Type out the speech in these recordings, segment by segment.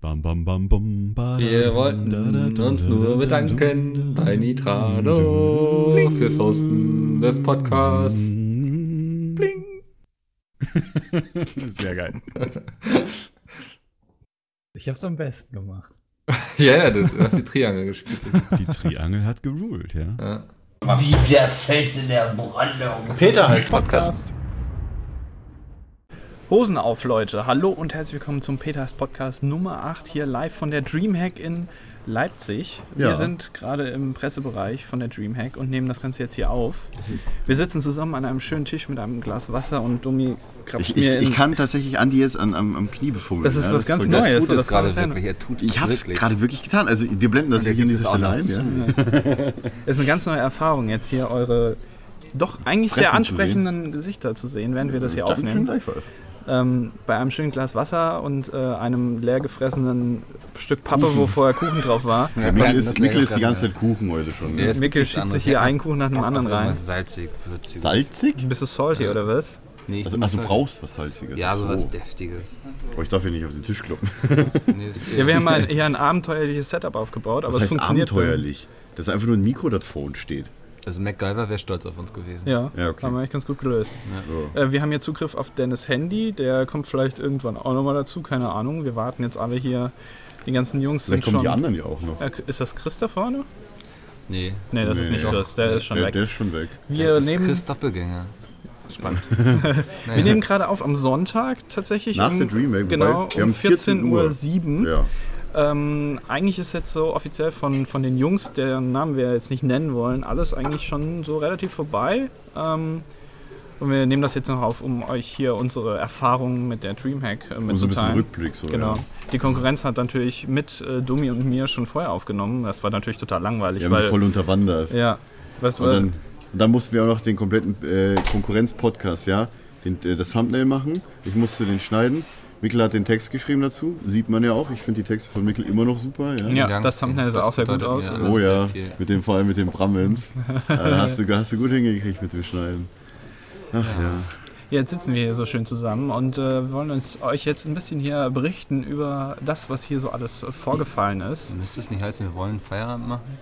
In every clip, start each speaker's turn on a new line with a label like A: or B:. A: Bam, bam, bam, bum, badam,
B: Wir wollten
A: dadadum,
B: uns nur
A: dadadum,
B: bedanken bei Nitrado fürs Hosten des Podcasts.
A: dadadum. Sehr geil.
C: Ich hab's am besten gemacht.
B: Ja, ja, du hast die Triangel gespielt. Das ist,
A: Die Triangel hat geruled, ja.
B: ja.
D: Wie der Fels in der Brandung.
E: Peter heißt Podcast.
F: Hosen auf, Leute. Hallo und herzlich willkommen zum Peters Podcast Nummer 8 hier live von der Dreamhack in Leipzig. Wir
E: Ja.
F: sind gerade im Pressebereich von der Dreamhack und nehmen das Ganze jetzt hier auf. Wir sitzen zusammen an einem schönen Tisch mit einem Glas Wasser und Domi
E: Ich,
F: krapscht
E: ich,
F: mir in.
E: ich kann ne? tatsächlich Andi jetzt an, am, am Knie befummeln.
F: das ist
E: ja,
F: was ganz
E: voll geil.
B: tut
F: Neues. so,
B: es
F: das
B: gerade
F: muss sein.
B: wirklich. Er tut es
E: Ich habe es
B: wirklich.
E: gerade wirklich getan. Also wir blenden das
B: der
E: hier in
B: gibt
E: diese
B: es auch
E: Stelle ein.
B: noch
E: Ja.
F: Es ist eine ganz neue Erfahrung, jetzt hier eure doch eigentlich sehr
E: Fressen zu
F: ansprechenden Gesichter zu sehen, während wir das hier
E: Dankeschön,
F: aufnehmen.
E: gleichfalls.
F: ähm, bei einem schönen Glas Wasser und äh, einem leergefressenen Stück Pappe,
E: Mhm.
F: wo vorher Kuchen drauf war.
E: Ja, Mikkel ist, Mikkel ist die ganze Zeit Kuchen heute schon.
B: Ja,
E: Ne?
B: es
F: Mikkel
B: gibt nichts
F: schiebt
B: anderes.
F: sich hier
B: Ja,
F: einen Kuchen nach dem anderen rein.
B: Salzig, würzig.
E: Salzig?
F: Bist du salty oder was?
B: Nee, ich
E: Also,
B: muss
E: also du
B: halt-
E: brauchst was Salziges.
B: Ja, aber
E: so.
B: was Deftiges.
E: Oh, ich darf hier nicht auf den Tisch kloppen.
B: Nee, ist-
F: Ja, wir haben mal hier ein abenteuerliches Setup aufgebaut, aber es
E: Das heißt
F: funktioniert.
E: abenteuerlich. Das ist einfach nur ein Mikro, das vor uns steht.
B: Also MacGyver wäre stolz auf uns gewesen.
F: Ja,
E: Ja, okay.
F: haben wir eigentlich ganz gut gelöst. Äh, wir haben hier Zugriff auf Dennis Handy, der kommt vielleicht irgendwann auch nochmal dazu, keine Ahnung. Wir warten jetzt alle hier, die ganzen Jungs
E: Vielleicht
F: sind schon...
E: kommen die anderen ja auch noch.
F: Äh, ist das Chris da vorne?
B: Nee.
F: Nee, das ist
E: Nee,
F: nicht
B: doch.
F: Chris, der ist schon
E: Der,
F: weg.
E: der ist schon weg.
F: Wir
B: das
F: nehmen
B: ist Chris Doppelgänger. Spannend.
F: Wir nehmen gerade auf am Sonntag tatsächlich.
E: Nach der Dreamhack, wobei,
F: Genau,
E: wir
F: um
E: haben 14 Uhr.
F: 14.07 Uhr.
E: Ja.
F: Ähm, eigentlich ist jetzt so offiziell von, von den Jungs, deren Namen wir jetzt nicht nennen wollen, alles eigentlich schon so relativ vorbei. Ähm, und wir nehmen das jetzt noch auf, um euch hier unsere Erfahrungen mit der Dreamhack äh,
E: Um so ein bisschen
F: mitzuteilen.
E: Rückblick. So,
F: Genau.
E: Ja.
F: Die Konkurrenz hat natürlich mit äh, Dummy und mir schon vorher aufgenommen. Das war natürlich total langweilig,
E: Wir haben ihn
F: weil
E: voll unterwandert.
F: ja, was
E: Und
F: war,
E: dann, und dann mussten wir auch noch den kompletten äh, Konkurrenz-Podcast, ja, den, äh, das Thumbnail machen. Ich musste den schneiden. Mikkel hat den Text geschrieben dazu. Sieht man ja auch. Ich finde die Texte von Mikkel immer noch super. Ja.
F: ja, das Thumbnail sah auch sehr gut aus.
B: bedeutet mir
E: Oh
B: alles
E: ja,
B: sehr viel.
E: mit dem, vor allem mit dem Brammens. Da hast du, hast du gut hingekriegt mit dem Schneiden. Ach ja.
F: Jetzt sitzen wir hier so schön zusammen und äh, wollen uns euch jetzt ein bisschen hier berichten über das, was hier so alles äh, vorgefallen ist.
B: Müsste es nicht heißen, wir wollen Feierabend machen?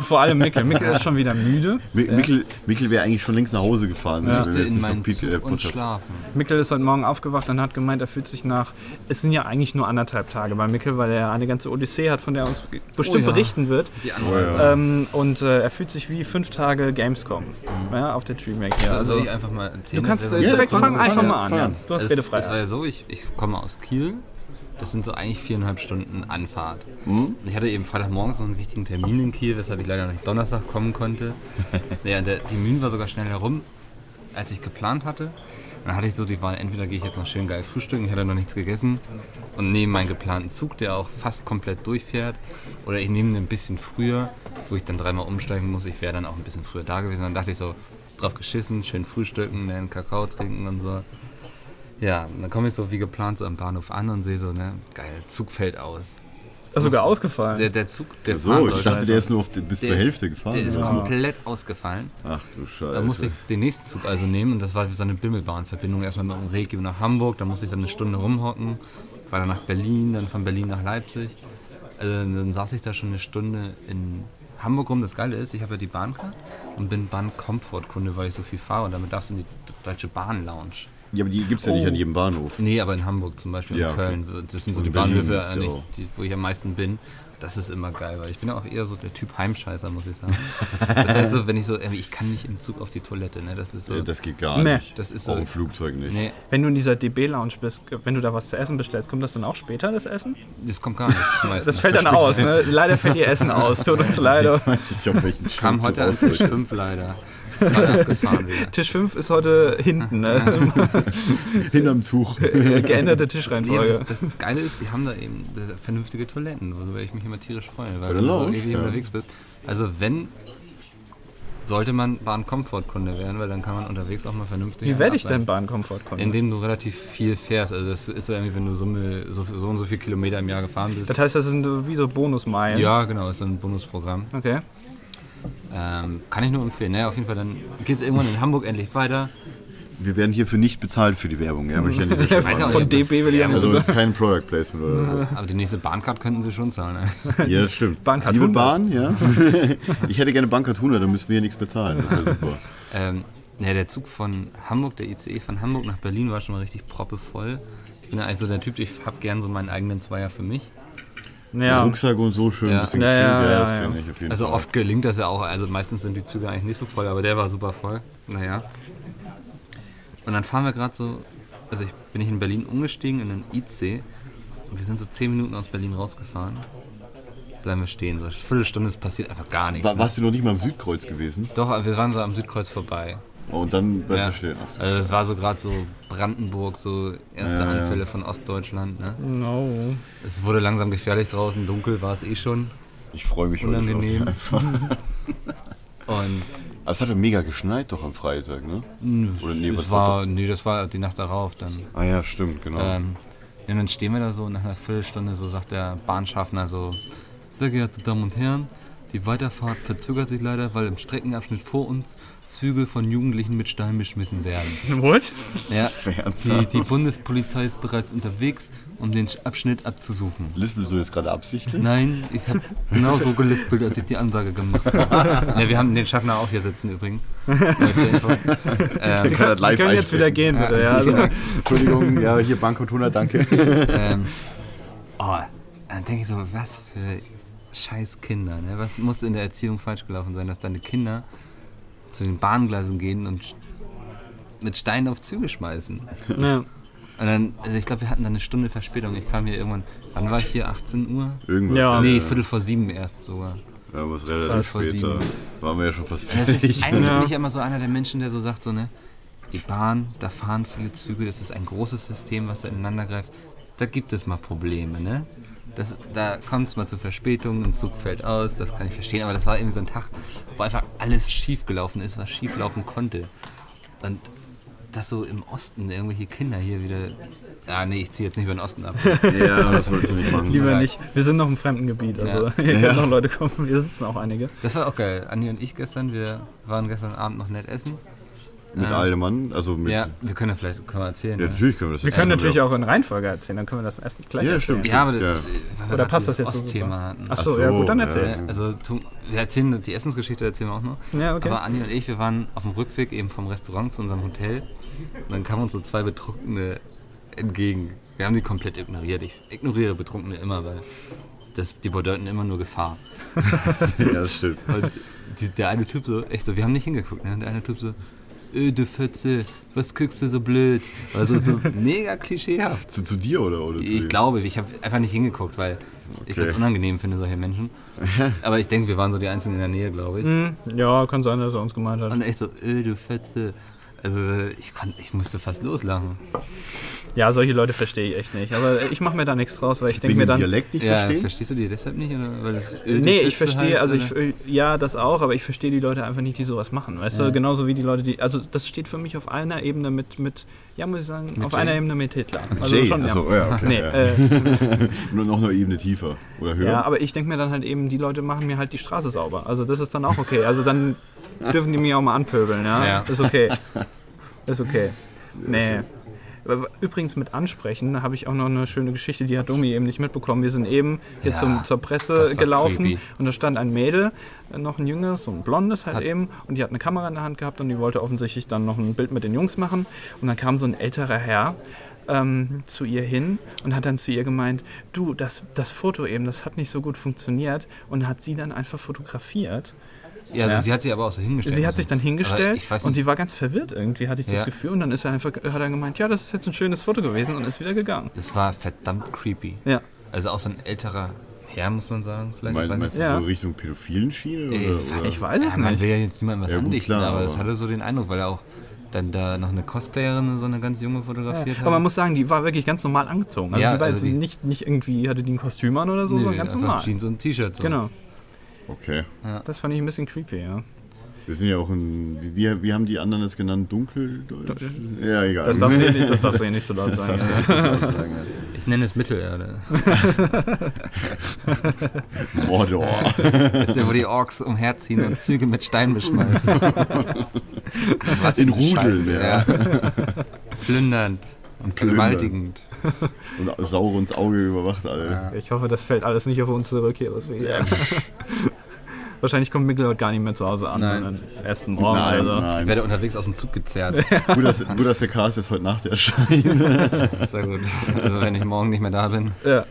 F: Vor allem Mikkel. Mikkel ist schon wieder müde.
E: Mi- Mikkel, Mikkel wäre eigentlich schon längst nach Hause gefahren.
B: Ich
E: ne,
B: möchte
E: jetzt
B: in
E: nicht noch
B: meinen
E: Piep- äh,
B: Zug und
E: Podcast-
B: schlafen.
F: Mikkel ist heute Morgen aufgewacht und hat gemeint, er fühlt sich nach. Es sind ja eigentlich nur anderthalb Tage bei Mikkel, weil er eine ganze Odyssee hat, von der er uns ge- bestimmt
B: ja. also
F: berichten wird.
B: Die Anreise.
E: Oh ja.
F: Ähm, und äh, er fühlt sich wie fünf Tage Gamescom ja, auf der Dreamhack. Ja,
B: Also,
F: also,
B: soll ich einfach mal erzählen.
F: du kannst
B: wer
F: äh,
B: so-
E: Ja,
F: direkt
E: fang-
F: fangen,
E: fang
F: einfach
E: an,
F: mal an.
E: fang
F: Ja.
E: an.
F: Du hast
B: es, es war
F: Redefreiheit.
B: ja so, ich, ich komme aus Kiel. Das sind so eigentlich viereinhalb Stunden Anfahrt. Und Ich hatte eben Freitagmorgens noch einen wichtigen Termin in Kiel, weshalb ich leider nicht Donnerstag kommen konnte. naja, der Termin war sogar schnell herum, als ich geplant hatte. Dann hatte ich so die Wahl, entweder gehe ich jetzt noch schön geil frühstücken, ich hatte noch nichts gegessen und nehme meinen geplanten Zug, der auch fast komplett durchfährt, oder ich nehme den ein bisschen früher, wo ich dann dreimal umsteigen muss. Ich wäre dann auch ein bisschen früher da gewesen. Dann dachte ich so, drauf geschissen, schön frühstücken, einen Kakao trinken und so. Ja, dann komme ich so wie geplant so am Bahnhof an und sehe so, ne, geil, Zug fällt aus.
F: Das ist sogar ausgefallen.
B: Der, der Zug, der fahren
E: So, ich
B: sollte,
E: dachte,
B: also,
E: der ist nur auf, die- bis
B: der
E: zur
B: ist-
E: Hälfte gefahren.
B: Der ist
E: oder?
B: komplett ausgefallen.
E: Ach du
B: Da musste
E: Scheiße.
B: ich den nächsten Zug also nehmen und das war so eine Bimmelbahnverbindung. Erstmal mit dem Regio nach Hamburg, dann musste ich dann eine Stunde rumhocken, war dann nach Berlin, dann von Berlin nach Leipzig. Also dann saß ich da schon eine Stunde in Hamburg rum. Das Geile ist, ich habe ja die Bahncard und bin Bahn-Comfort-Kunde, weil ich so viel fahre und damit darfst du in die Deutsche Bahn-Lounge.
E: Ja, aber die gibt es ja
B: Oh.
E: nicht an jedem Bahnhof.
B: Nee, aber in Hamburg zum Beispiel,
E: Ja,
B: in
E: okay.
B: Köln. Das sind so
E: Und
B: die
E: in Berlin
B: Bahnhöfe,
E: gibt's ja
B: eigentlich,
E: auch.
B: die, wo ich am meisten bin. Das ist immer geil, weil ich bin ja auch eher so der Typ Heimscheißer, muss ich sagen. Das heißt so, wenn ich so, irgendwie, ich kann nicht im Zug auf die Toilette, ne? Das ist so.
E: Äh, Das geht gar
F: Nee.
E: nicht.
B: Das ist
E: Auch
B: so-
E: im Flugzeug nicht.
B: nee,
F: Wenn du in dieser DB-Lounge bist, wenn du da was zu essen bestellst, kommt das dann auch später, das Essen?
B: das kommt gar nicht.
F: Das
B: meistens.
F: fällt dann aus, ne? Leider fällt ihr Essen aus, tut uns leid.
E: Ich weiß nicht, auf welchen
B: Kam
E: Schritt
B: heute
E: so
B: an Tisch
E: ausweichen.
B: 5 leider. Ist gerade abgefahren wieder.
F: Tisch 5 ist heute hinten, ne?
E: Hinterm Tuch.
F: Geänderte
B: Nee, aber
F: Tischreihenfolge.
B: das, das Geile ist, die haben da eben das- vernünftige Toiletten, worüber ich mich immer tierisch freue, weil
E: Oder
B: wenn du so
E: Lounge,
B: ewig
E: Genau. ja.
B: unterwegs bist. Also wenn, sollte man Bahn-Comfort-Kunde werden, weil dann kann man unterwegs auch mal vernünftig...
F: Wie werde ich
B: arbeiten.
F: denn Bahnkomfortkunde?
B: Indem du relativ viel fährst. Also das ist so irgendwie, wenn du so, mit- so, so und so viel Kilometer im Jahr gefahren bist.
F: Das heißt, das sind so wie so Bonusmeilen.
B: ja, genau, ist so ein Bonusprogramm.
F: Okay.
B: ne? Ähm, kann ich nur empfehlen. Naja, auf jeden Fall, dann geht es irgendwann in Hamburg endlich weiter.
E: wir werden hierfür nicht bezahlt für die Werbung, ja, möchte ich an dieser
B: Ich
E: Stelle.
B: weiß ja auch
F: Von
B: nicht, ob das
F: DB will ich ja
B: Werbung
E: Also
B: ist.
E: das ist kein Product Placement oder
B: Aber die nächste Bahncard könnten sie schon zahlen. ne?
E: so. Ja, das stimmt.
F: Bahncard
E: Liebe
F: 100.
E: Bahn, ja. Ich hätte gerne Bankart 100, dann müssen wir hier nichts bezahlen. Das wäre super.
B: Ähm, ja, der Zug von Hamburg, der ICE von Hamburg nach Berlin war schon mal richtig proppevoll. Ich bin ja also der Typ, ich hab gern so meinen eigenen Zweier für mich.
F: Ja,
E: Rucksack und so schön
B: Ja.
E: ein bisschen
F: Ja,
E: gefüllt,
F: ja,
E: ja,
F: ja,
E: das
F: ja.
E: kenne ich auf jeden
B: Also
E: Fall.
B: oft gelingt das ja auch. Also meistens sind die Züge eigentlich nicht so voll, aber der war super voll. Naja. Und dann fahren wir gerade so, also ich bin ich in Berlin umgestiegen in den IC und wir sind so zehn Minuten aus Berlin rausgefahren. Bleiben wir stehen. So eine Viertelstunde ist passiert einfach gar nichts.
E: War,
B: Ne?
E: warst du noch nicht mal im Südkreuz gewesen?
B: Doch, aber wir waren so am Südkreuz vorbei.
E: Oh, und dann bleibt
B: Ja.
E: er stehen. Ach,
B: Also es war so gerade so Brandenburg, so erste
E: Ja, ja.
B: Anfälle von Ostdeutschland. Ne?
F: no.
B: Es wurde langsam gefährlich draußen, dunkel war es eh schon.
E: ich freue mich heute
B: Unangenehm.
E: drauf.
B: Und
E: Aber es hat ja mega geschneit doch am Freitag, ne? Oder nee,
B: es
E: was
B: war, nee, das war die Nacht darauf dann.
E: Ah ja, stimmt, genau.
B: Ähm, ja, dann stehen wir da so und nach einer Viertelstunde, so sagt der Bahnschaffner so, sehr geehrte Damen und Herren, die Weiterfahrt verzögert sich leider, weil im Streckenabschnitt vor uns Züge von Jugendlichen mit Steinen beschmissen werden.
F: What?
B: Ja, die,
E: Ernsthaft?
B: die Bundespolizei ist bereits unterwegs, um den Abschnitt abzusuchen.
E: Lispelst du jetzt gerade absichtlich?
B: Nein, ich habe genau so gelispelt, als ich die Ansage gemacht habe. Ja, wir haben den Schaffner auch hier sitzen übrigens. Nur zur Info.
E: Sie
F: Sie können, Sie können jetzt wieder gehen, bitte. Ja, also,
E: Entschuldigung, ja, hier Bankot 100, danke.
B: Ähm, oh, dann denke ich so, was für scheiß Kinder, ne? Was muss in der Erziehung falsch gelaufen sein, dass deine Kinder zu den Bahngleisen gehen und sch- mit Steinen auf Züge schmeißen?
F: ja.
B: Und dann, also ich glaube, wir hatten dann eine Stunde Verspätung. Ich kam hier irgendwann, wann war ich hier? 18 Uhr?
E: Irgendwas.
F: Ja.
B: Nee, Viertel vor sieben erst sogar.
E: Ja,
B: Alles
E: was relativ
B: vor
E: später.
B: sieben.
E: Waren wir ja schon fast
B: Das ist
E: fertig.
B: eigentlich
F: Ja.
B: bin ich immer so einer der Menschen, der so sagt, so, ne, die Bahn, da fahren viele Züge, das ist ein großes System, was da ineinander greift. Da gibt es mal Probleme, ne? Das, da kommt es mal zu Verspätungen, ein Zug fällt aus, das kann ich verstehen, aber das war irgendwie so ein Tag, wo einfach alles schief gelaufen ist, was schief laufen konnte. Und dass so im Osten irgendwelche Kinder hier wieder. Ah, nee, ich ziehe jetzt nicht über den Osten ab.
E: Ja, das wolltest du nicht machen.
F: Lieber nicht. Wir sind noch im fremden Gebiet, also hier können noch Leute kommen. Wir sitzen auch einige.
B: Das war auch geil. Andi und ich gestern, wir waren gestern Abend noch nett essen.
E: Mit altem Mann, also mit.
B: Ja, wir können ja vielleicht können wir erzählen.
E: Ja,
B: ne?
E: natürlich können wir das
F: Wir können natürlich auch in Reihenfolge erzählen, dann können wir das erst gleich
E: Ja,
F: erzählen.
E: stimmt.
B: Ja, aber das,
E: Ja.
B: äh, weil wir
F: Oder
B: grad
F: passt das
B: dieses
F: jetzt so
B: Ostthema
F: super?
B: hatten.
F: Achso,
E: Ach
F: ja
E: so,
F: gut, dann
E: ja.
F: erzähl.
E: so.
B: Also Tom- wir erzählen die Essensgeschichte erzählen wir auch noch.
F: Ja, okay.
B: Aber Anni und ich, wir waren auf dem Rückweg eben vom Restaurant zu unserem Hotel und dann kamen uns so zwei Betrunkene entgegen. Wir haben die komplett ignoriert. Ich ignoriere Betrunkene immer, weil das, die bedeuten immer nur Gefahr.
E: Ja, das stimmt.
B: Und die, der eine Typ so, echt so, wir haben nicht hingeguckt, ne? Der eine Typ so, öh, du Fötze, was guckst du so blöd? Also so mega klischeehaft.
E: Zu, zu dir oder? oder zu
B: Ich glaube, ich habe einfach nicht hingeguckt, weil ich
E: Okay.
B: das unangenehm finde, solche Menschen. Aber ich denke, wir waren so die Einzigen in der Nähe, glaube ich.
F: Hm, Ja, kann sein, dass er uns gemeint hat.
B: Und echt so, öh, du Fetze. Also ich, konnt, ich musste fast loslachen.
F: Ja, solche Leute verstehe ich echt nicht. Aber ich mache mir da nichts draus, weil ich denke
E: Wegen
F: mir
E: dem
F: dann.
E: Dialekt nicht
B: Ja,
E: verstehen?
B: verstehst du die deshalb nicht? Oder weil das öh, du
F: Nee, ich
B: Fetze
F: verstehe,
B: heißt,
F: also
B: oder?
F: ich, ja, das auch, aber ich verstehe die Leute einfach nicht, die sowas machen, weißt du, genauso wie die Leute, die, also das steht für mich auf einer Ebene mit, mit ja, muss ich sagen, auf
B: Jay?
F: einer Ebene mit Hitler. Also
E: Jay,
F: schon, ja.
E: achso, ja, okay.
F: Nee,
E: ja.
F: äh,
E: Nur noch eine Ebene tiefer oder höher.
F: ja, aber ich denke mir dann halt eben, die Leute machen mir halt die Straße sauber, also das ist dann auch okay, also dann dürfen die mich auch mal anpöbeln, ja,
B: Ja.
F: ist okay, ist okay, nee. Übrigens mit Ansprechen habe ich auch noch eine schöne Geschichte, die hat Domi eben nicht mitbekommen. Wir sind eben hier
B: Ja,
F: zum, zur
B: das
F: Presse
B: war
F: äh, gelaufen
B: creepy.
F: und da stand ein Mädel, äh, noch ein jüngeres, so ein blondes halt
B: Hat-
F: eben, und die hat eine Kamera in der Hand gehabt und die wollte offensichtlich dann noch ein Bild mit den Jungs machen. Und dann kam so ein älterer Herr ähm, zu ihr hin und hat dann zu ihr gemeint, du, das, das Foto eben, das hat nicht so gut funktioniert und hat sie dann einfach fotografiert.
B: Ja, also
F: Ja.
B: sie hat sich aber auch so hingestellt.
F: Sie hat sich dann
B: Aber
F: hingestellt
B: ich weiß
F: und
B: nicht-
F: sie war ganz verwirrt irgendwie, hatte ich das
B: Ja.
F: Gefühl. Und dann ist er einfach, hat er gemeint, ja, das ist jetzt ein schönes Foto gewesen und ist wieder gegangen.
B: Das war verdammt creepy.
F: Ja.
B: Also auch so ein älterer Herr, muss man sagen. Vielleicht.
E: Mein,
B: Ich weiß
E: meinst
B: nicht.
E: du
F: Ja. Äh,
E: so Richtung pädophilen Schiene?
B: Ey,
E: Oder, oder?
F: Ich weiß es
B: ja, man
F: nicht.
B: will ja jetzt niemandem was
E: Ja, gut,
B: andichten,
E: klar,
B: aber, das
E: aber-
B: hatte so den Eindruck, weil er auch dann da noch eine Cosplayerin, so eine ganz junge fotografiert hat.
F: Aber man muss sagen, die war wirklich ganz normal angezogen. Also
B: Ja,
F: die war
B: also
F: jetzt
B: die-
F: nicht, nicht irgendwie, hatte die ein Kostüm an oder so, sondern ganz
B: einfach
F: normal.
B: Jeans und ein T-Shirt. So.
F: Genau.
E: Okay.
F: Das fand ich ein bisschen creepy, ja.
E: Wir sind ja auch in. Wie, wie- wie haben die anderen es genannt? Dunkeldeutsch? Ja, egal.
F: Das darfst du ja nicht, das darfst du ja nicht zu laut sagen.
E: darfst du nicht laut sagen, ja.
B: Ich nenne es Mittelerde.
E: Mordor.
B: Das ist ja, wo die Orks umherziehen und Züge mit Steinen beschmeißen. Was
E: In
B: für eine
E: Rudeln,
B: Scheiße,
E: ja.
B: Plündernd und
E: Plündernd.
B: vergewaltigend.
E: Und saure ins Auge überwacht, Alter.
F: Ich hoffe, das fällt alles nicht auf uns zurück hier. Deswegen. Wahrscheinlich kommt Mikkel heute gar nicht mehr zu Hause an.
B: Nein.
F: sondern Erst morgen.
E: Nein,
F: also.
B: Ich
E: nein.
B: werde unterwegs aus dem Zug gezerrt.
E: Gut dass, gut, dass der Cast jetzt heute Nacht erscheint.
B: Sehr gut. Also wenn ich morgen nicht mehr da bin.
F: Ja.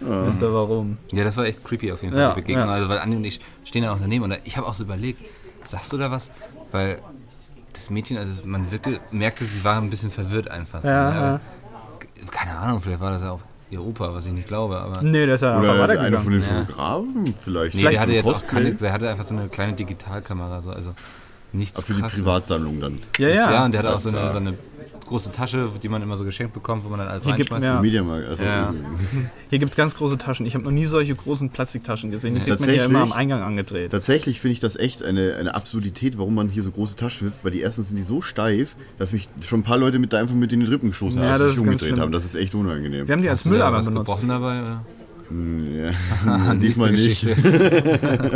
F: Wisst ihr warum?
B: Ja, das war echt creepy auf jeden Fall,
F: Ja,
B: die Begegnung.
F: ja.
B: Also, weil Andi und ich stehen ja auch daneben und ich habe auch so überlegt, sagst du da was? Weil das Mädchen, also man wirkte, merkte, sie war ein bisschen verwirrt einfach. So,
F: Ja,
B: ne?
F: ja.
B: Aber Keine Ahnung, vielleicht war das ja auch ihr Opa, was ich nicht glaube, aber.
F: Nee, der ist ja einfach
E: Oder einer
F: weitergegangen.
E: von den
B: Ja.
E: Fotografen vielleicht.
B: Nee,
E: vielleicht
B: der hatte
E: ein
B: jetzt auch
E: Cosplay.
B: keine, der hatte einfach so eine kleine Digitalkamera, so, also nichts
E: Ah, Für die
B: krasses.
E: Privatsammlung dann.
F: Ja, ja.
B: und der hatte auch so eine, so eine große Tasche, die man immer so geschenkt bekommt, wo man dann alles
F: Die gibt-
B: reinschmeißt.
F: ja.
E: Mediamarkt. Also
B: Ja.
F: Hier gibt es ganz große Taschen. Ich habe noch nie solche großen Plastiktaschen gesehen. Die kriegt man hier
E: Tatsächlich?
F: immer am Eingang angedreht.
E: Tatsächlich finde ich das echt eine, eine Absurdität, warum man hier so große Taschen besitzt, weil die erstens sind die so steif, dass mich schon ein paar Leute mit da einfach mit in den Rippen geschossen
F: Ja,
E: haben,
F: das
E: als
F: ist
E: sie sich
F: ganz
E: umgedreht
F: schlimm.
E: haben. Das ist echt unangenehm. Hm,
F: Wir haben die als
B: Hast du da
F: Mülleimer
B: was
F: benutzt.
B: gebrochen dabei? Oder?
E: Ja. Diesmal nicht.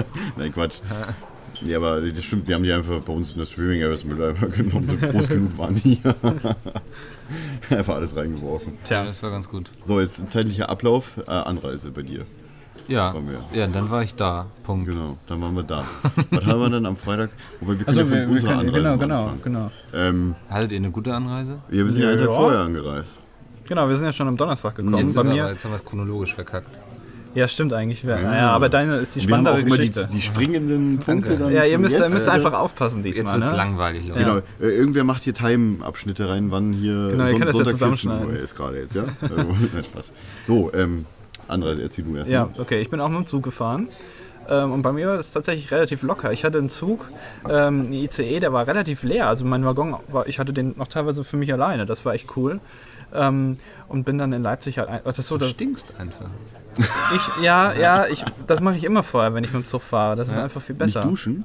E: Nein, Quatsch. Ja, aber das stimmt, wir haben die einfach bei uns in der Streaming Areas mit einmal genommen. Groß genug waren die. einfach alles reingeworfen.
B: Tja, das war ganz gut.
E: So, jetzt zeitlicher Ablauf, äh, Anreise bei dir.
B: Ja,
E: Waren wir.
B: ja, dann war ich da. Punkt.
E: Genau, dann waren wir da. Was haben wir dann am Freitag? Wobei wir können
C: Also,
E: ja von
C: wir, wir
E: unserer
C: können,
E: Anreise
C: genau,
E: mal
C: genau,
E: anfangen.
C: genau.
E: Ähm,
B: Hattet ihr eine gute Anreise?
E: ja, wir sind ja einen Tag
F: Ja.
E: vorher angereist.
F: Genau, wir sind ja schon am Donnerstag gekommen.
B: Jetzt,
F: Bei
B: sind wir, aber-
F: mir.
B: jetzt haben wir es chronologisch verkackt.
F: Ja, stimmt eigentlich. Ja, ja, aber deine ist die
E: Mhm. Wir haben auch
F: spannendere
E: immer die,
F: Geschichte.
E: die springenden Punkte dann.
F: ja, ihr
E: zum
F: müsst,
E: jetzt,
F: müsst
E: äh,
F: einfach aufpassen
B: Jetzt
F: diesmal.
B: wird es
F: ne?
B: langweilig, Leute.
E: Genau, äh, irgendwer macht hier Time-Abschnitte rein, wann hier
F: Genau, ihr könnt das ja
E: 14 Uhr
F: zusammenschneiden.
E: ist gerade jetzt, ja? Also, Nein, Spaß. So, ähm, Anreise, erzähl du erst.
F: Ja,
E: mal.
F: okay. Ich bin auch mit dem Zug gefahren. Ähm, und bei mir war das tatsächlich relativ locker. Ich hatte einen Zug, ähm, einen ICE, der war relativ leer. Also mein Waggon, war, ich hatte den noch teilweise für mich alleine. Das war echt cool. Ähm, und bin dann in Leipzig halt. Ein, Ach, das ist so,
B: Du
F: das,
B: stinkst einfach.
F: ich, ja, ja, ich, das mache ich immer vorher, wenn ich mit dem Zug fahre. Das ist einfach viel
E: Nicht
F: besser.
E: duschen?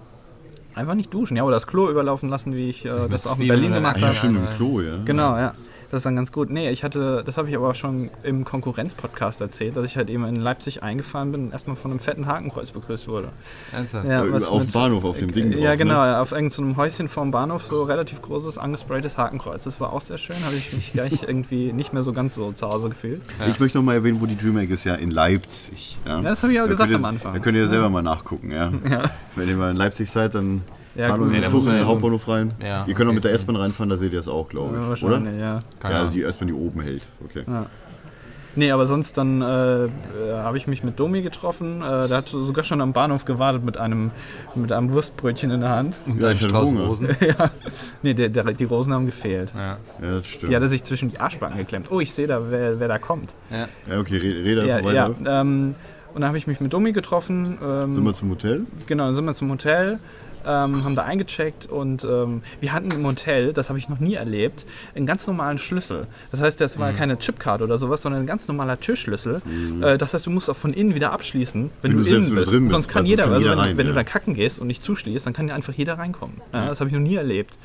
F: Einfach nicht duschen. Ja, oder das Klo überlaufen lassen, wie ich äh,
B: mit
F: das auch in
B: Zwiebeln
F: Berlin
B: oder
F: gemacht
E: Ach Ah, ja,
B: Nein,
F: habe.
E: stimmt, im
B: nein.
E: Klo, ja.
F: Genau, ja. Das ist dann ganz gut. Nee, ich hatte, das habe ich aber schon im Konkurrenz-Podcast erzählt, dass ich halt eben in Leipzig eingefahren bin und erstmal von einem fetten Hakenkreuz begrüßt wurde.
B: Ernsthaft.
F: Ja,
E: Äh,
F: was
E: auf
F: mit-
E: dem Bahnhof, auf dem Ding drauf.
F: ja, genau,
E: Ne?
F: auf irgendeinem so einem Häuschen vorm Bahnhof, so relativ großes, angespraytes Hakenkreuz. Das war auch sehr schön, habe ich mich gleich irgendwie nicht mehr so ganz so zu Hause gefühlt.
E: Ich möchte nochmal erwähnen, wo die DreamHack ist, ja, in Leipzig. Ja,
F: das habe ich auch
E: Da
F: gesagt
E: könnt ihr,
F: am Anfang.
E: Da könnt ihr selber mal nachgucken, ja. Wenn ihr mal in Leipzig seid, dann
F: Ja,
E: fahren
F: gut,
E: wir
F: nee,
E: mit
B: da
E: dem
B: muss
E: Zug
B: man
E: ins
B: ja-
E: Hauptbahnhof rein.
B: Ja,
E: ihr könnt auch
B: okay.
E: mit der S-Bahn reinfahren, da seht ihr das auch, glaube ich, oder?
F: wahrscheinlich, ja.
B: Keine
E: ja,
B: Ahnung.
E: die S-Bahn, die oben hält. Okay.
F: Nee, aber sonst dann äh, äh, habe ich mich mit Domi getroffen. Äh, der hat sogar schon am Bahnhof gewartet mit einem, mit einem Wurstbrötchen in der Hand.
B: Und
E: Ja,
B: dann
E: ich hatte
B: Strauß
E: Hunger.
B: Rosen.
F: Nee, der, der, die Rosen haben gefehlt.
B: Ja.
E: Ja, das stimmt.
F: Die
E: Ja,
F: hat er sich zwischen die Arschbacken geklemmt. Oh, ich sehe da, wer, wer da kommt.
B: Ja.
E: okay, red, red einfach
F: Ja, ja.
E: weiter.
F: Ähm, und dann habe ich mich mit Domi getroffen. Ähm,
E: ne? Sind wir zum Hotel?
F: Genau, dann sind wir zum Hotel, ähm, haben da eingecheckt und ähm, wir hatten im Hotel, das habe ich noch nie erlebt, einen ganz normalen Schlüssel. Das heißt, das
E: Mhm.
F: war keine Chipkarte oder sowas, sondern ein ganz normaler Türschlüssel. Äh, das heißt, du musst auch von innen wieder abschließen, wenn,
E: Wenn
F: du,
E: du
F: innen
E: selbst
F: bist.
E: wieder drin bist,
F: Sonst kann
E: weil sonst
F: jeder,
E: kann
F: also
E: jeder
F: wenn,
E: rein,
F: wenn du
E: ja.
F: da kacken gehst und nicht zuschließt, dann kann ja einfach jeder reinkommen. Ja, das habe ich noch nie erlebt.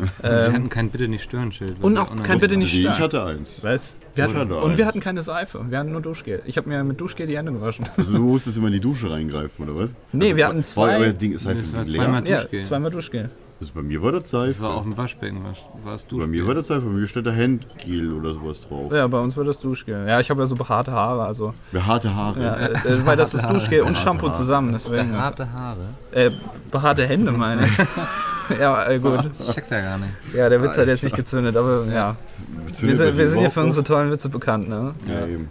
F: Ähm,
B: Wir hatten kein Bitte nicht stören Schild. was
F: Und
B: ja
F: auch kein
B: unangenehm
F: Bitte nicht
E: Nee, Also ich
F: stören.
E: hatte eins.
F: Was? Wir
E: Ich
F: hatten,
E: hatte
F: und wir
E: einen.
F: hatten keine Seife, wir hatten nur Duschgel. Ich habe mir mit Duschgel die Hände gewaschen.
E: Also du musstest immer in die Dusche reingreifen, oder was?
F: Nee,
E: also,
F: wir hatten zwei-
E: War euer Ding ist halt
B: Das war
E: leer.
B: zweimal-
F: Ja,
B: Duschgel.
F: zweimal Duschgel.
E: Also bei mir war das
B: war. Das war auf
E: Seife.
B: dem Waschbecken. war- Warst du?
E: Bei mir war das Seife, bei mir steht da Handgel oder sowas drauf.
F: Ja, bei uns war das Duschgel. Ja, ich habe ja so behaarte Haare, also.
E: Wir harte Haare.
F: Ja, äh, weil das ist Duschgel und Shampoo
E: Haare.
F: zusammen, deswegen.
B: Harte Haare.
F: Äh, behaarte Hände meine ich. ja, äh, gut.
B: Das checkt er gar nicht.
F: Ja, der Witz hat jetzt nicht gezündet, aber ja. Wir
E: Zündet bei
F: sind, wir
E: dir
F: sind hier
E: überhaupt
F: für
E: was?
F: unsere tollen Witze bekannt, ne?
E: Ja, eben.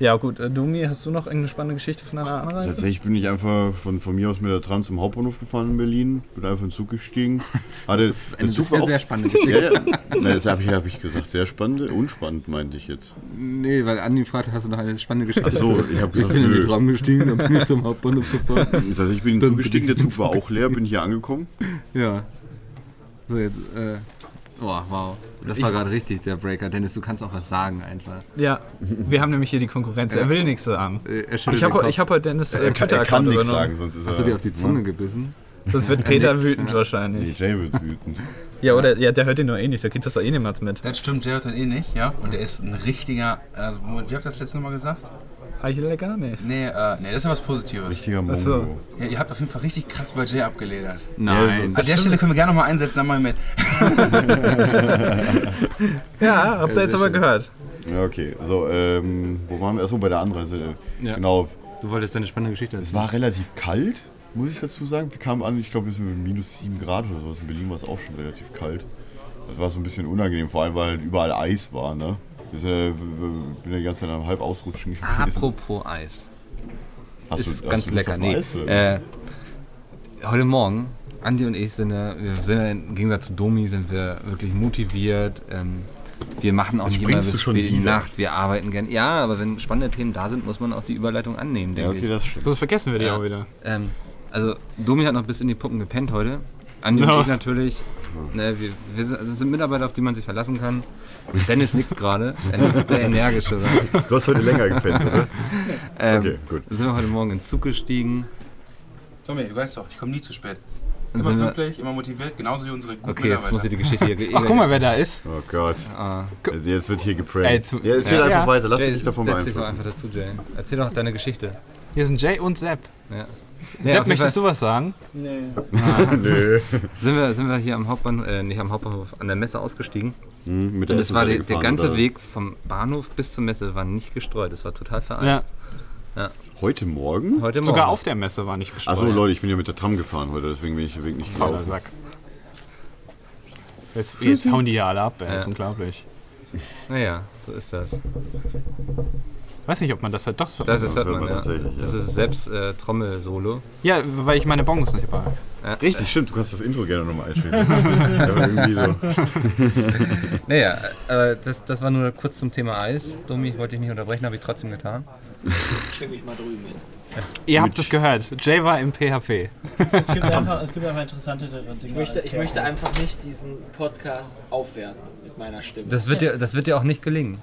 F: Ja, gut. Äh, Dumi, hast du noch irgendeine spannende Geschichte von deiner Anreise?
E: Tatsächlich bin ich einfach von, von mir aus mit der Tram zum Hauptbahnhof gefahren in Berlin, bin einfach in den Zug gestiegen. Hatte,
B: eine
E: der Zug
B: sehr,
E: war auch-
B: sehr spannende Geschichte.
E: Ja, ja. Nein, das habe ich, hab ich gesagt, sehr spannend, unspannend meinte ich jetzt.
B: Nee, weil Andi fragte, hast du noch eine spannende Geschichte? Also,
E: Ach so, ich habe gesagt,
B: bin in die
E: nö.
B: Tram gestiegen und bin jetzt zum Hauptbahnhof gefahren.
E: Also ich bin
B: Dann
E: in den Zug
B: bin
E: gestiegen,
B: ich
E: der Zug war auch leer, bin hier angekommen.
B: Ja. So, jetzt, äh. Oh, wow. Das war gerade richtig, der Breaker. Dennis, du kannst auch was sagen einfach.
F: Ja, wir haben nämlich hier die Konkurrenz. Er will nichts sagen.
B: Äh, er schüttelt
F: Ich
B: den
F: habe
B: Kopf.
F: ich hab heute Dennis äh,
E: er kann
F: Twitter-Account
E: nichts
F: übernommen.
E: sagen, sonst ist
B: Hast
E: er...
B: du dir auf die Zunge gebissen?
F: Sonst wird Peter wütend wahrscheinlich.
E: Nee, Jay wird wütend.
F: Ja, oder ja, der hört ihn nur eh nicht, der kriegt das doch eh niemals mit.
G: Das stimmt, der hört dann eh nicht, ja. Und er ist ein richtiger, also Moment, wie habt ihr das letzte Mal gesagt?
F: Ah, Archillegane.
G: Nee, äh, nee, das ist ja was Positives.
E: Richtiger Mongo.
F: so.
G: Ja, ihr habt auf jeden Fall richtig krass Budget abgeledert.
B: Nein.
G: An der Stelle können wir gerne nochmal einsetzen, einmal mit.
F: Ja, habt ihr jetzt aber gehört.
E: Ja, okay. So, ähm, wo waren wir? Achso, bei der Anreise.
B: Ja.
E: Genau.
B: du wolltest eine spannende Geschichte
E: Es
B: erzählen.
E: war relativ kalt, muss ich dazu sagen. Wir kamen an, ich glaube, es war minus 7 Grad oder sowas. In Berlin war es auch schon relativ kalt. Das war so ein bisschen unangenehm, vor allem, weil halt überall Eis war, ne? Ich äh, w- w- bin ja die ganze Zeit am halb ausrutschen gewesen.
B: Apropos Eis.
E: Hast
B: Ah, ist
E: hast
B: ganz
E: Lust
B: lecker.
E: auf
B: Nee.
E: Eis, oder?
B: äh, heute Morgen, Andi und ich sind, ja, wir sind ja im Gegensatz zu Domi, sind wir wirklich motiviert. Ähm, wir machen auch nicht immer
E: springst
B: bis
E: du schon
B: spät in die
E: wieder.
B: Nacht, wir arbeiten gern. Ja, aber wenn spannende Themen da sind, muss man auch die Überleitung annehmen,
E: ja,
B: denke
E: okay, das stimmt.
F: Sonst vergessen wir die
B: Ja.
F: auch wieder.
B: ich. Ähm, also, Domi hat noch bis in die Puppen gepennt heute. Andi und
F: Ja.
B: ich natürlich. Ne, wir, wir sind, das sind Mitarbeiter, auf die man sich verlassen kann. Und Dennis nickt gerade. Er nickt sehr energisch, oder?
E: Du hast heute länger gepennt, oder?
B: Ähm,
E: Okay, gut.
B: Dann sind wir heute Morgen in den Zug gestiegen.
G: Tommy, du weißt doch, ich komme nie zu spät.
B: Dann
G: Immer
B: sind Also wir,
G: pünktlich, immer motiviert, genauso wie unsere guten
B: okay, jetzt muss ich die Geschichte hier
F: Ach, guck mal, wer da ist.
E: Oh Gott.
B: Ah.
E: Also jetzt wird hier
F: Ey,
E: geprankt.
F: zu-
E: Ja, erzähl
F: Ja.
E: einfach
F: Ja.
E: weiter, lass Äh, dich
B: Ey,
E: nicht davon
B: Setz dich doch
E: beeinflussen.
B: einfach dazu, Jay. Erzähl doch deine Geschichte.
F: Hier sind Jay und Sepp.
B: Ja.
F: Sepp, möchtest du was sagen?
E: Nö.
B: Sind wir, sind wir hier am Hauptbahnhof, äh, nicht am Hauptbahnhof, an der Messe ausgestiegen.
E: Hm, mit
B: Und es war
E: S-Bahn
B: der, der
E: gefahren,
B: ganze
E: oder?
B: Weg vom Bahnhof bis zur Messe war nicht gestreut. Es war total
F: Ja.
B: vereist.
E: Heute Morgen?
B: Heute Morgen.
F: Sogar auf der Messe war nicht gestreut.
E: Achso, Leute, ich bin ja mit der Tram gefahren heute, deswegen bin ich den Weg nicht
F: Fauler
E: gelaufen.
F: Sack. Jetzt, jetzt hauen die ja alle ab, ey. Das ist
B: Ja.
F: unglaublich.
B: Naja, so ist das.
F: Weiß nicht, ob man das halt doch so.
B: Das, das
E: das
B: hat
E: hört
B: man,
E: man
B: ja.
E: tatsächlich,
B: Das
E: ja.
B: ist selbst äh, Trommel-Solo.
F: ja, weil ich meine Bongos nicht habe.
B: Ja.
E: Richtig, stimmt, du kannst das Intro gerne nochmal einschließen. Aber irgendwie so.
B: Naja, äh, das, das war nur kurz zum Thema Eis. Dummi, ich wollte dich nicht unterbrechen, habe ich trotzdem getan.
F: Ihr habt es gehört. Jay war im PHP.
H: Es gibt einfach, es gibt einfach interessante Dinge.
I: Ich möchte, ich möchte einfach nicht diesen Podcast aufwerten mit meiner Stimme.
B: Das wird dir, das wird dir auch nicht gelingen.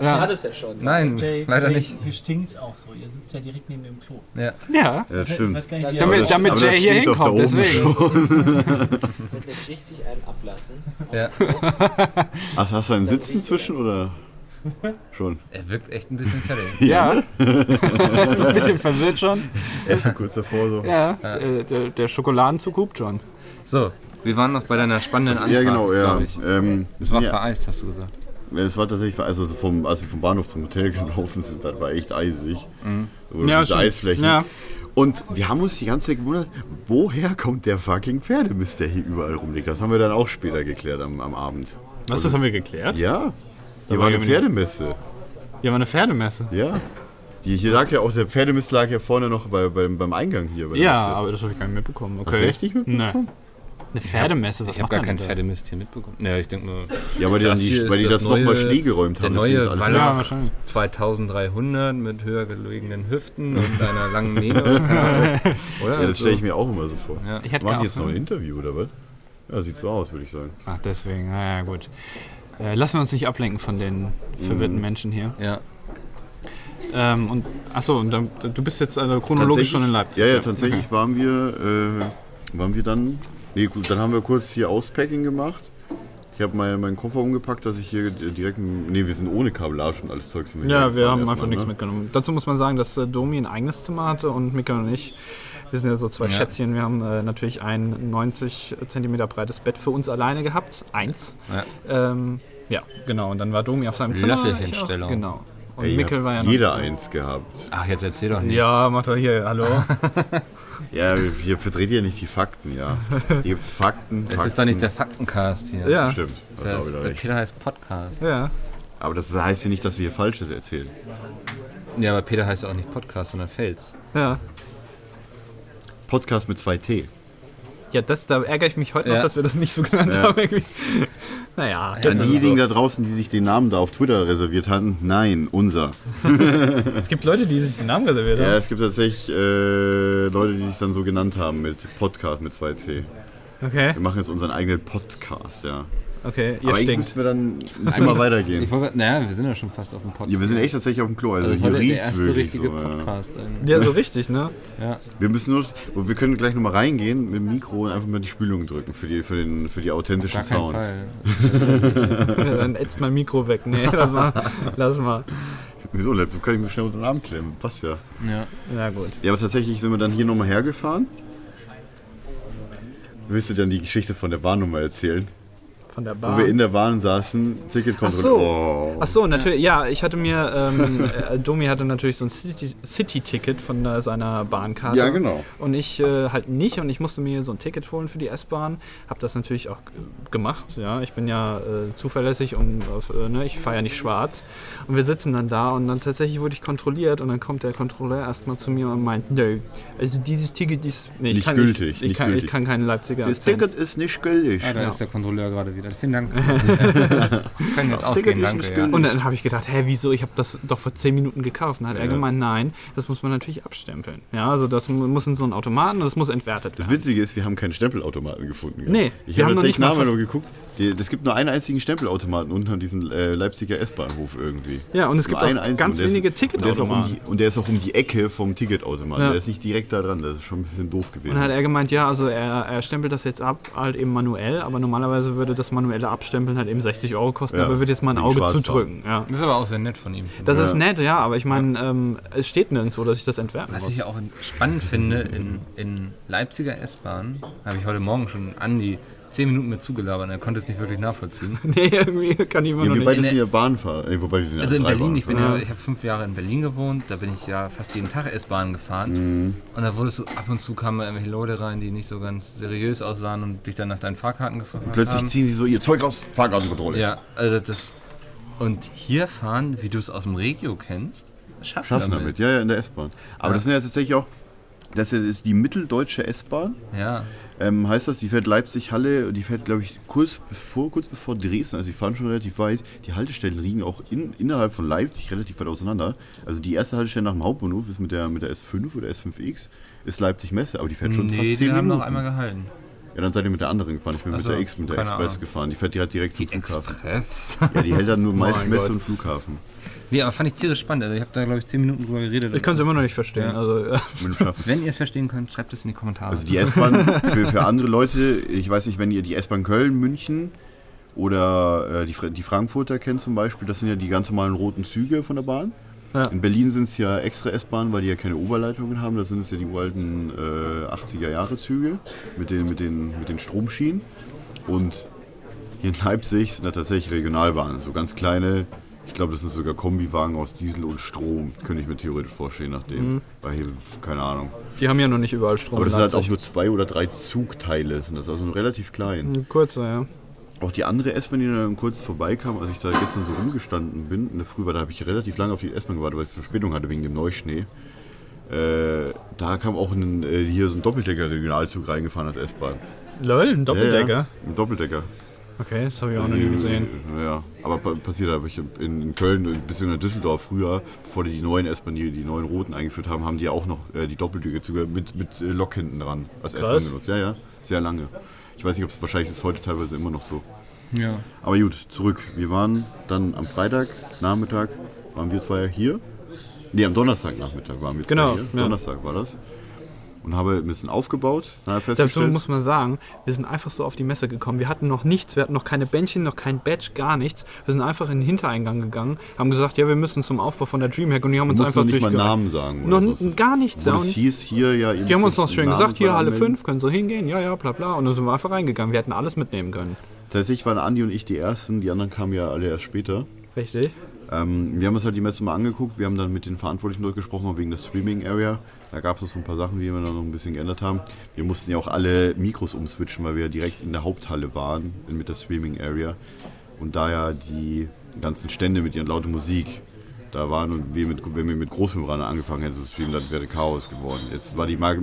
I: Sie hat es ja schon.
B: Nein, leider nicht.
H: Hier stinkt es auch so. Ihr sitzt ja direkt neben dem Klo.
B: Ja.
F: Ja.
E: Ja,
H: Ich
E: stimmt.
H: weiß gar nicht, wie
I: Damit-
H: ihr-
E: das-
F: damit
E: aber
F: Jay
E: das
F: hier
E: steht doch da
F: hinkommt,
E: oben
F: deswegen.
E: schon.
I: Wird gleich richtig einen ablassen.
B: Ja.
E: Hast, hast du einen Sitzen zwischen oder? Schon.
B: Er wirkt echt ein bisschen fertig.
F: Ja. so ein bisschen verwirrt schon.
E: Essen kurz davor so. Ja,
F: Ja. Der, der, der Schokoladenzug hupt schon.
B: So, wir waren noch bei deiner spannenden Anfrage.
E: genau, ja.
B: Ich.
E: Ähm,
B: Es war
E: ja,
B: vereist, hast du gesagt.
E: es war tatsächlich, also so vom, als wir vom Bahnhof zum Hotel gelaufen sind, das war echt eisig. Oder
F: Mhm. Ja,
E: diese
F: stimmt.
E: Eisflächen.
F: Ja.
E: Und wir haben uns die ganze Zeit gewundert, woher kommt der fucking Pferdemist, der hier überall rumliegt? Das haben wir dann auch später geklärt am, am Abend.
F: Was, das haben wir geklärt?
E: Ja, hier
F: war
E: war eine
F: irgendwie-
E: Pferdemesse.
F: Ja, war eine Pferdemesse.
E: Ja. Die, hier lag ja auch, der Pferdemist lag ja vorne noch bei, beim, beim Eingang hier. Bei der
F: Ja,
E: Messe.
F: aber das habe ich gar nicht mitbekommen. Okay.
E: Hast du echt nicht mitbekommen?
F: Nee. Eine Pferdemesse, was
B: Ich habe
F: macht
B: gar
F: man
B: keinen
F: da?
B: Pferdemist hier mitbekommen. Naja, ich denke nur,
E: Ja, weil die,
B: Das
E: dann
B: hier
E: die,
B: ist
E: weil die
B: das
E: das, nochmal
B: neue-
E: Schnee geräumt
B: der
E: haben. deswegen
B: neue
E: ist alles
B: Waller-
F: Ja,
E: weg.
F: wahrscheinlich.
B: 2300 mit höher gelegenen Hüften und einer langen Mähne. keine Ahnung. Oder?
E: Ja, das stelle ich mir auch immer so vor.
B: Ja.
F: Ich hätte
E: Machen die
F: gehabt,
E: jetzt noch ein Interview oder was? Ja, sieht so aus, würde ich sagen.
F: Ach, deswegen, naja, gut. Äh, lassen wir uns nicht ablenken von den verwirrten Menschen hier.
B: Ja.
F: Ähm, und, achso, und dann, du bist jetzt äh, chronologisch schon in Leipzig.
E: Ja, ja, tatsächlich waren wir, äh, waren wir dann. Nee, gut, dann haben wir kurz hier Auspacking gemacht. Ich habe mein, meinen Koffer umgepackt, dass ich hier direkt. ein- Nee, wir sind ohne Kabellage und alles Zeugs. sind
F: Ja, wir
E: hier
F: haben
E: erstmal,
F: einfach nichts
E: ne?
F: mitgenommen. Dazu muss man sagen, dass äh, Domi ein eigenes Zimmer hatte und Mika und ich. Wir sind ja so zwei Schätzchen. Wir haben äh, natürlich ein 90 cm breites Bett für uns alleine gehabt. Eins. Ja, ähm, ja genau. Und dann war Domi auf seinem Zimmer.
B: Löffelchenstellung.
F: Ich auch. Genau. Und
E: Ey, ihr
F: Mikkel
E: habt
F: war ja noch-
E: jeder eins gehabt.
B: Ach, jetzt erzähl doch nicht.
F: Ja, macht er hier. Hallo.
E: Ja, hier verdreht ihr nicht die Fakten, ja. Ihr habt Fakten.
B: Das ist doch nicht der Faktencast hier.
F: ja.
E: Stimmt, das
B: Das
E: ist auch
B: ist
E: wieder
B: der
E: recht.
B: Peter heißt Podcast.
F: Ja.
E: Aber das heißt ja nicht, dass wir hier Falsches erzählen.
B: Ja, aber Peter heißt ja auch nicht Podcast, sondern Fels.
F: Ja.
E: Podcast mit zwei T.
F: Ja, das, da ärgere ich mich heute
B: Ja.
F: noch, dass wir das nicht so genannt
E: Ja.
F: haben. Irgendwie. Naja,
E: An diejenigen da draußen, die sich den Namen da auf Twitter reserviert hatten, nein, unser.
F: es gibt Leute, die sich den Namen reserviert
E: Ja,
F: haben.
E: es gibt tatsächlich äh, Leute, die sich dann so genannt haben mit Podcast mit zwei T.
F: Okay,
E: Wir machen jetzt unseren eigenen Podcast, ja.
F: okay, ihr
E: Aber eigentlich
F: stinkt.
E: müssen wir dann ein Zimmer weitergehen.
B: Ich wollte, naja, wir sind ja schon fast auf dem Podcast.
E: Ja, wir sind echt tatsächlich auf dem Klo, also,
B: das ist
E: hier
B: heute der
E: riecht's
B: erste
E: wirklich
B: richtige
E: so. Ja.
B: Podcast. eigentlich.
F: Ja, so richtig, ne?
E: Wir müssen nur, und wir können gleich nochmal reingehen mit dem Mikro und einfach mal die Spülung drücken für die, für den, für die authentischen
B: Gar keinen
E: Sounds.
B: Fall.
F: Ja, dann ätzt mein Mikro weg. Nee, lass mal. Lass mal.
E: Wieso, Laptop kann ich mir schnell unter den Arm klemmen. Passt ja.
B: Ja.
F: Ja, gut.
E: Ja, aber tatsächlich sind wir dann hier nochmal hergefahren. Willst du dann die Geschichte von der Bahnnummer erzählen?
F: Von der
B: Ah.
E: Wo wir in
F: Bahn.
E: der Bahn saßen, Ticketkontrolle.
F: so.
E: Oh.
F: Ach so, natürlich, ja, ich hatte mir, ähm, äh, Domi hatte natürlich so ein City- City-Ticket von äh, seiner Bahnkarte.
E: Ja, genau.
F: Und ich äh, halt nicht und ich musste mir so ein Ticket holen für die S-Bahn. Hab das natürlich auch äh, gemacht, ja. Ich bin ja äh, zuverlässig und auf, äh, ne, ich fahre ja nicht schwarz. Und wir sitzen dann da und dann tatsächlich wurde ich kontrolliert und dann kommt der Kontrolleur erstmal zu mir und meint, nö, also dieses Ticket ist nee, ich
E: Nicht
F: kann
E: gültig,
F: Ich, ich,
E: nicht
F: kann,
E: gültig.
F: ich kann keinen Leipziger
E: Das
F: Akzent.
E: Ticket ist nicht gültig.
B: Ah, da
F: Ja.
B: ist der Kontrolleur gerade wieder. Vielen Dank. Können jetzt auch
E: Digga,
B: gehen,
E: die sind
B: danke. Ja.
E: schön.
F: Und dann habe ich gedacht, hä, wieso? Ich habe das doch vor 10 Minuten gekauft. Und dann hat er
E: Ja.
F: gemeint, nein, das muss man natürlich abstempeln. Ja, also das mu- muss in so einen Automaten und das muss entwertet
E: Das
F: werden.
E: Witzige ist, wir haben keinen Stempelautomaten gefunden.
F: Nee,
E: ich
F: wir
E: habe
F: haben noch nicht
E: tatsächlich
F: mal
E: nachher
F: fast-
E: noch geguckt. Die- Es gibt nur einen einzigen Stempelautomaten unten an diesem äh, Leipziger S-Bahnhof irgendwie.
F: Ja, und es
E: Nur
F: gibt auch
E: einen einzigen.
F: ganz
E: Und der ist-
F: wenige
E: und der ist auch um die-
F: Ticketautomaten.
E: Und der ist auch um die Ecke vom Ticketautomaten.
F: Ja.
E: Der ist nicht direkt da dran. Das ist schon ein bisschen doof gewesen.
F: Und dann hat er gemeint, ja, also er, er stempelt das jetzt ab, halt eben manuell, aber normalerweise würde das manuelle Abstempeln halt eben 60 Euro kosten,
E: Ja,
F: aber er wird jetzt mal ein
E: wegen
F: Auge
E: Schwarzfahren.
F: zudrücken. Ja.
B: Das ist aber auch sehr nett von ihm.
F: Das ist nett, ja, aber ich meine, ähm, es steht nirgendwo, dass ich das entwerfen
B: Was
F: muss.
B: ich ja auch in- spannend finde, in, in Leipziger S-Bahn habe ich heute Morgen schon Andi zehn Minuten mit zugelabert und er konnte es nicht wirklich nachvollziehen.
F: Nee, irgendwie kann ich immer
E: ja,
F: noch
E: wir
F: nicht.
E: beide
B: in
E: sind
B: der-
E: ja Bahnfahrer. Nee, wobei, wir sind ja
B: Also in
E: drei
B: Berlin, ich, bin ja,
F: Ja.
B: ich habe fünf Jahre in Berlin gewohnt, da bin ich ja fast jeden Tag S-Bahn gefahren. Und da wurdest du ab und zu kamen irgendwelche Leute rein, die nicht so ganz seriös aussahen und dich dann nach deinen Fahrkarten gefragt
E: Plötzlich
B: haben.
E: ziehen sie so ihr Zeug aus Fahrkartenkontrolle.
B: Ja, also das. Und hier fahren, wie du es aus dem Regio kennst, schaffen,
E: Schaffen damit. Ja, ja, in der S-Bahn. Aber das sind ja tatsächlich auch. Das ist die mitteldeutsche S-Bahn.
B: Ja,
E: Ähm, heißt das, die fährt Leipzig-Halle, die fährt, glaube ich, kurz bevor, kurz bevor Dresden, also die fahren schon relativ weit. Die Haltestellen liegen auch in, innerhalb von Leipzig relativ weit auseinander. Also die erste Haltestelle nach dem Hauptbahnhof ist mit der, mit der S5 oder S5X, ist Leipzig-Messe, aber die fährt schon
B: nee,
E: fast
B: die
E: 10
B: haben
E: Minuten.
B: noch einmal gehalten.
E: ja, dann seid ihr mit der anderen gefahren, ich bin
B: Ach
E: mit
B: so,
E: der X, mit der
B: keine
E: Express
B: Ahnung.
E: gefahren. Die fährt direkt, direkt zum Flughafen.
B: Express.
E: Ja, die hält dann nur meist
F: Mein
E: Messe
F: Gott.
E: und Flughafen.
B: nee, aber fand ich tierisch spannend. Also ich habe da, glaube ich, 10 Minuten drüber geredet.
F: Ich kann es immer noch nicht verstehen.
B: Ja.
F: Also, äh,
E: Wenn du schaffst.
B: Wenn ihr es verstehen könnt, schreibt es in die Kommentare.
E: Also die S-Bahn für, für andere Leute, ich weiß nicht, wenn ihr die S-Bahn Köln, München oder äh, die, Fra- die Frankfurter kennt zum Beispiel, das sind ja die ganz normalen roten Züge von der Bahn.
F: Ja.
E: In Berlin sind es ja extra S-Bahnen, weil die ja keine Oberleitungen haben. Das sind es ja die uralten äh, 80er-Jahre-Züge mit den, mit, den, mit den Stromschienen. Und hier in Leipzig sind da tatsächlich Regionalbahnen, so ganz kleine. Ich glaube, das sind sogar Kombiwagen aus Diesel und Strom, könnte ich mir theoretisch vorstellen, nachdem. Weil hier, keine Ahnung.
F: die haben ja noch nicht überall Strom.
E: Aber das
F: in
E: sind halt auch
F: Leipzig.
E: nur zwei oder drei Zugteile, sind das also relativ klein.
F: Kurzer, ja.
E: Auch die andere S-Bahn, die dann kurz vorbeikam, als ich da gestern so rumgestanden bin, in der Früh war, da habe ich relativ lange auf die S-Bahn gewartet, weil ich Verspätung hatte wegen dem Neuschnee. Äh, da kam auch ein, äh, hier so ein Doppeldecker-Regionalzug reingefahren als S-Bahn.
F: Lol, ein
E: Ja, Äh, ja,
F: Doppeldecker.
E: ein Doppeldecker.
F: Okay, das habe ich auch noch nie gesehen.
E: Ja, aber pa- passiert aber ich hab in, in Köln bzw. in Düsseldorf früher, bevor die die neuen S-Bahn, die, die neuen roten eingeführt haben, haben die ja auch noch äh, die Doppeldeckerzüge mit, mit äh, Lok hinten dran als S-Bahn
F: Krass.
E: genutzt. Ja, ja, sehr lange. Ich weiß nicht, ob es wahrscheinlich ist heute teilweise immer noch so.
B: ja.
E: Aber gut, zurück. Wir waren dann am Freitag Nachmittag waren wir zwei hier. Nee, am Donnerstag Nachmittag waren wir zwei
F: Genau,
E: hier.
F: ja.
E: Donnerstag war das. Und habe ein bisschen aufgebaut. Nachher
F: Also Dazu
E: festgestellt,
F: muss man sagen, wir sind einfach so auf die Messe gekommen. Wir hatten noch nichts, wir hatten noch keine Bändchen, noch kein Badge, gar nichts. Wir sind einfach in den Hintereingang gegangen, haben gesagt, ja, wir müssen zum Aufbau von der Dreamhack und die haben uns
E: musst
F: einfach
E: noch nicht mal
F: durchgereicht.
E: Namen sagen.
F: Noch
E: Oder
F: n-
E: sonst was.
F: gar nichts.
E: Wo
F: Ja,
E: das
F: und
E: hieß hier, ja, ihr
F: die haben
E: müsst
F: uns noch
E: einen
F: schön
E: Namen
F: gesagt, hier Halle
E: anmelden.
F: 5, können Sie hingehen, ja, ja, bla bla. Und dann sind wir einfach reingegangen. Wir hätten alles mitnehmen können.
E: Tatsächlich waren Andi und ich die Ersten, die anderen kamen ja alle erst später.
F: Richtig?
E: Ähm, wir haben uns halt die Messe mal angeguckt, wir haben dann mit den Verantwortlichen dort gesprochen, auch wegen der Streaming-Area. Da gab es noch so ein paar Sachen, die wir dann noch ein bisschen geändert haben. Wir mussten ja auch alle Mikros umswitchen, weil wir ja direkt in der Haupthalle waren mit der Streaming-Area. Und da ja die ganzen Stände mit ihren lauten Musik da waren und wir mit, wenn wir mit Großmembran angefangen hätten zu streamen, dann wäre Chaos geworden. Jetzt war die Mar-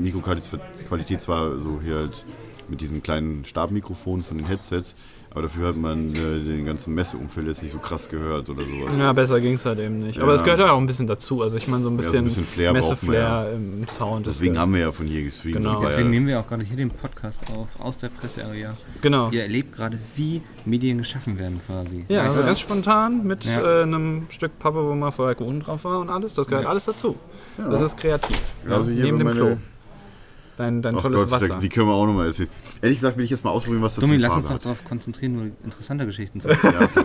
E: Mikroqualität zwar so hier halt mit diesen kleinen Stabmikrofonen von den Headsets, aber dafür hat man äh, den ganzen Messeumfeld jetzt nicht so krass gehört oder sowas.
F: Ja, besser ging es halt eben nicht. Aber
E: Ja.
F: es gehört ja auch ein bisschen dazu. Also ich meine, so ein
E: so ein
F: bisschen,
E: bisschen Flair braucht man,
F: Messe-Flair
E: ja.
F: im Sound. ist
E: Deswegen
F: ja-
E: haben wir ja von hier gestreamt.
F: Genau.
E: Das war
B: Deswegen
E: ja,
B: nehmen wir auch gerade hier den Podcast auf, aus der Pressearea.
F: Genau.
B: Ihr erlebt gerade, wie Medien geschaffen werden quasi.
F: Ja, also ganz spontan mit
B: Ja.
F: äh, einem Stück Pappe, wo mal vorher Kuchen drauf war und alles. Das gehört
B: Ja.
F: alles dazu. Das ist kreativ. Ja,
E: also hier
F: neben
E: bei
F: dem
E: meine-
F: Klo. dein, dein
E: Ach
F: tolles
E: Gott,
F: Wasser.
E: die können wir auch nochmal erzählen. Ehrlich gesagt will ich jetzt mal ausprobieren, was das
B: Domi,
E: für
B: lass
E: eine
B: uns doch
E: Farbe
B: darauf konzentrieren, nur interessante Geschichten zu machen.
E: hat. Ja,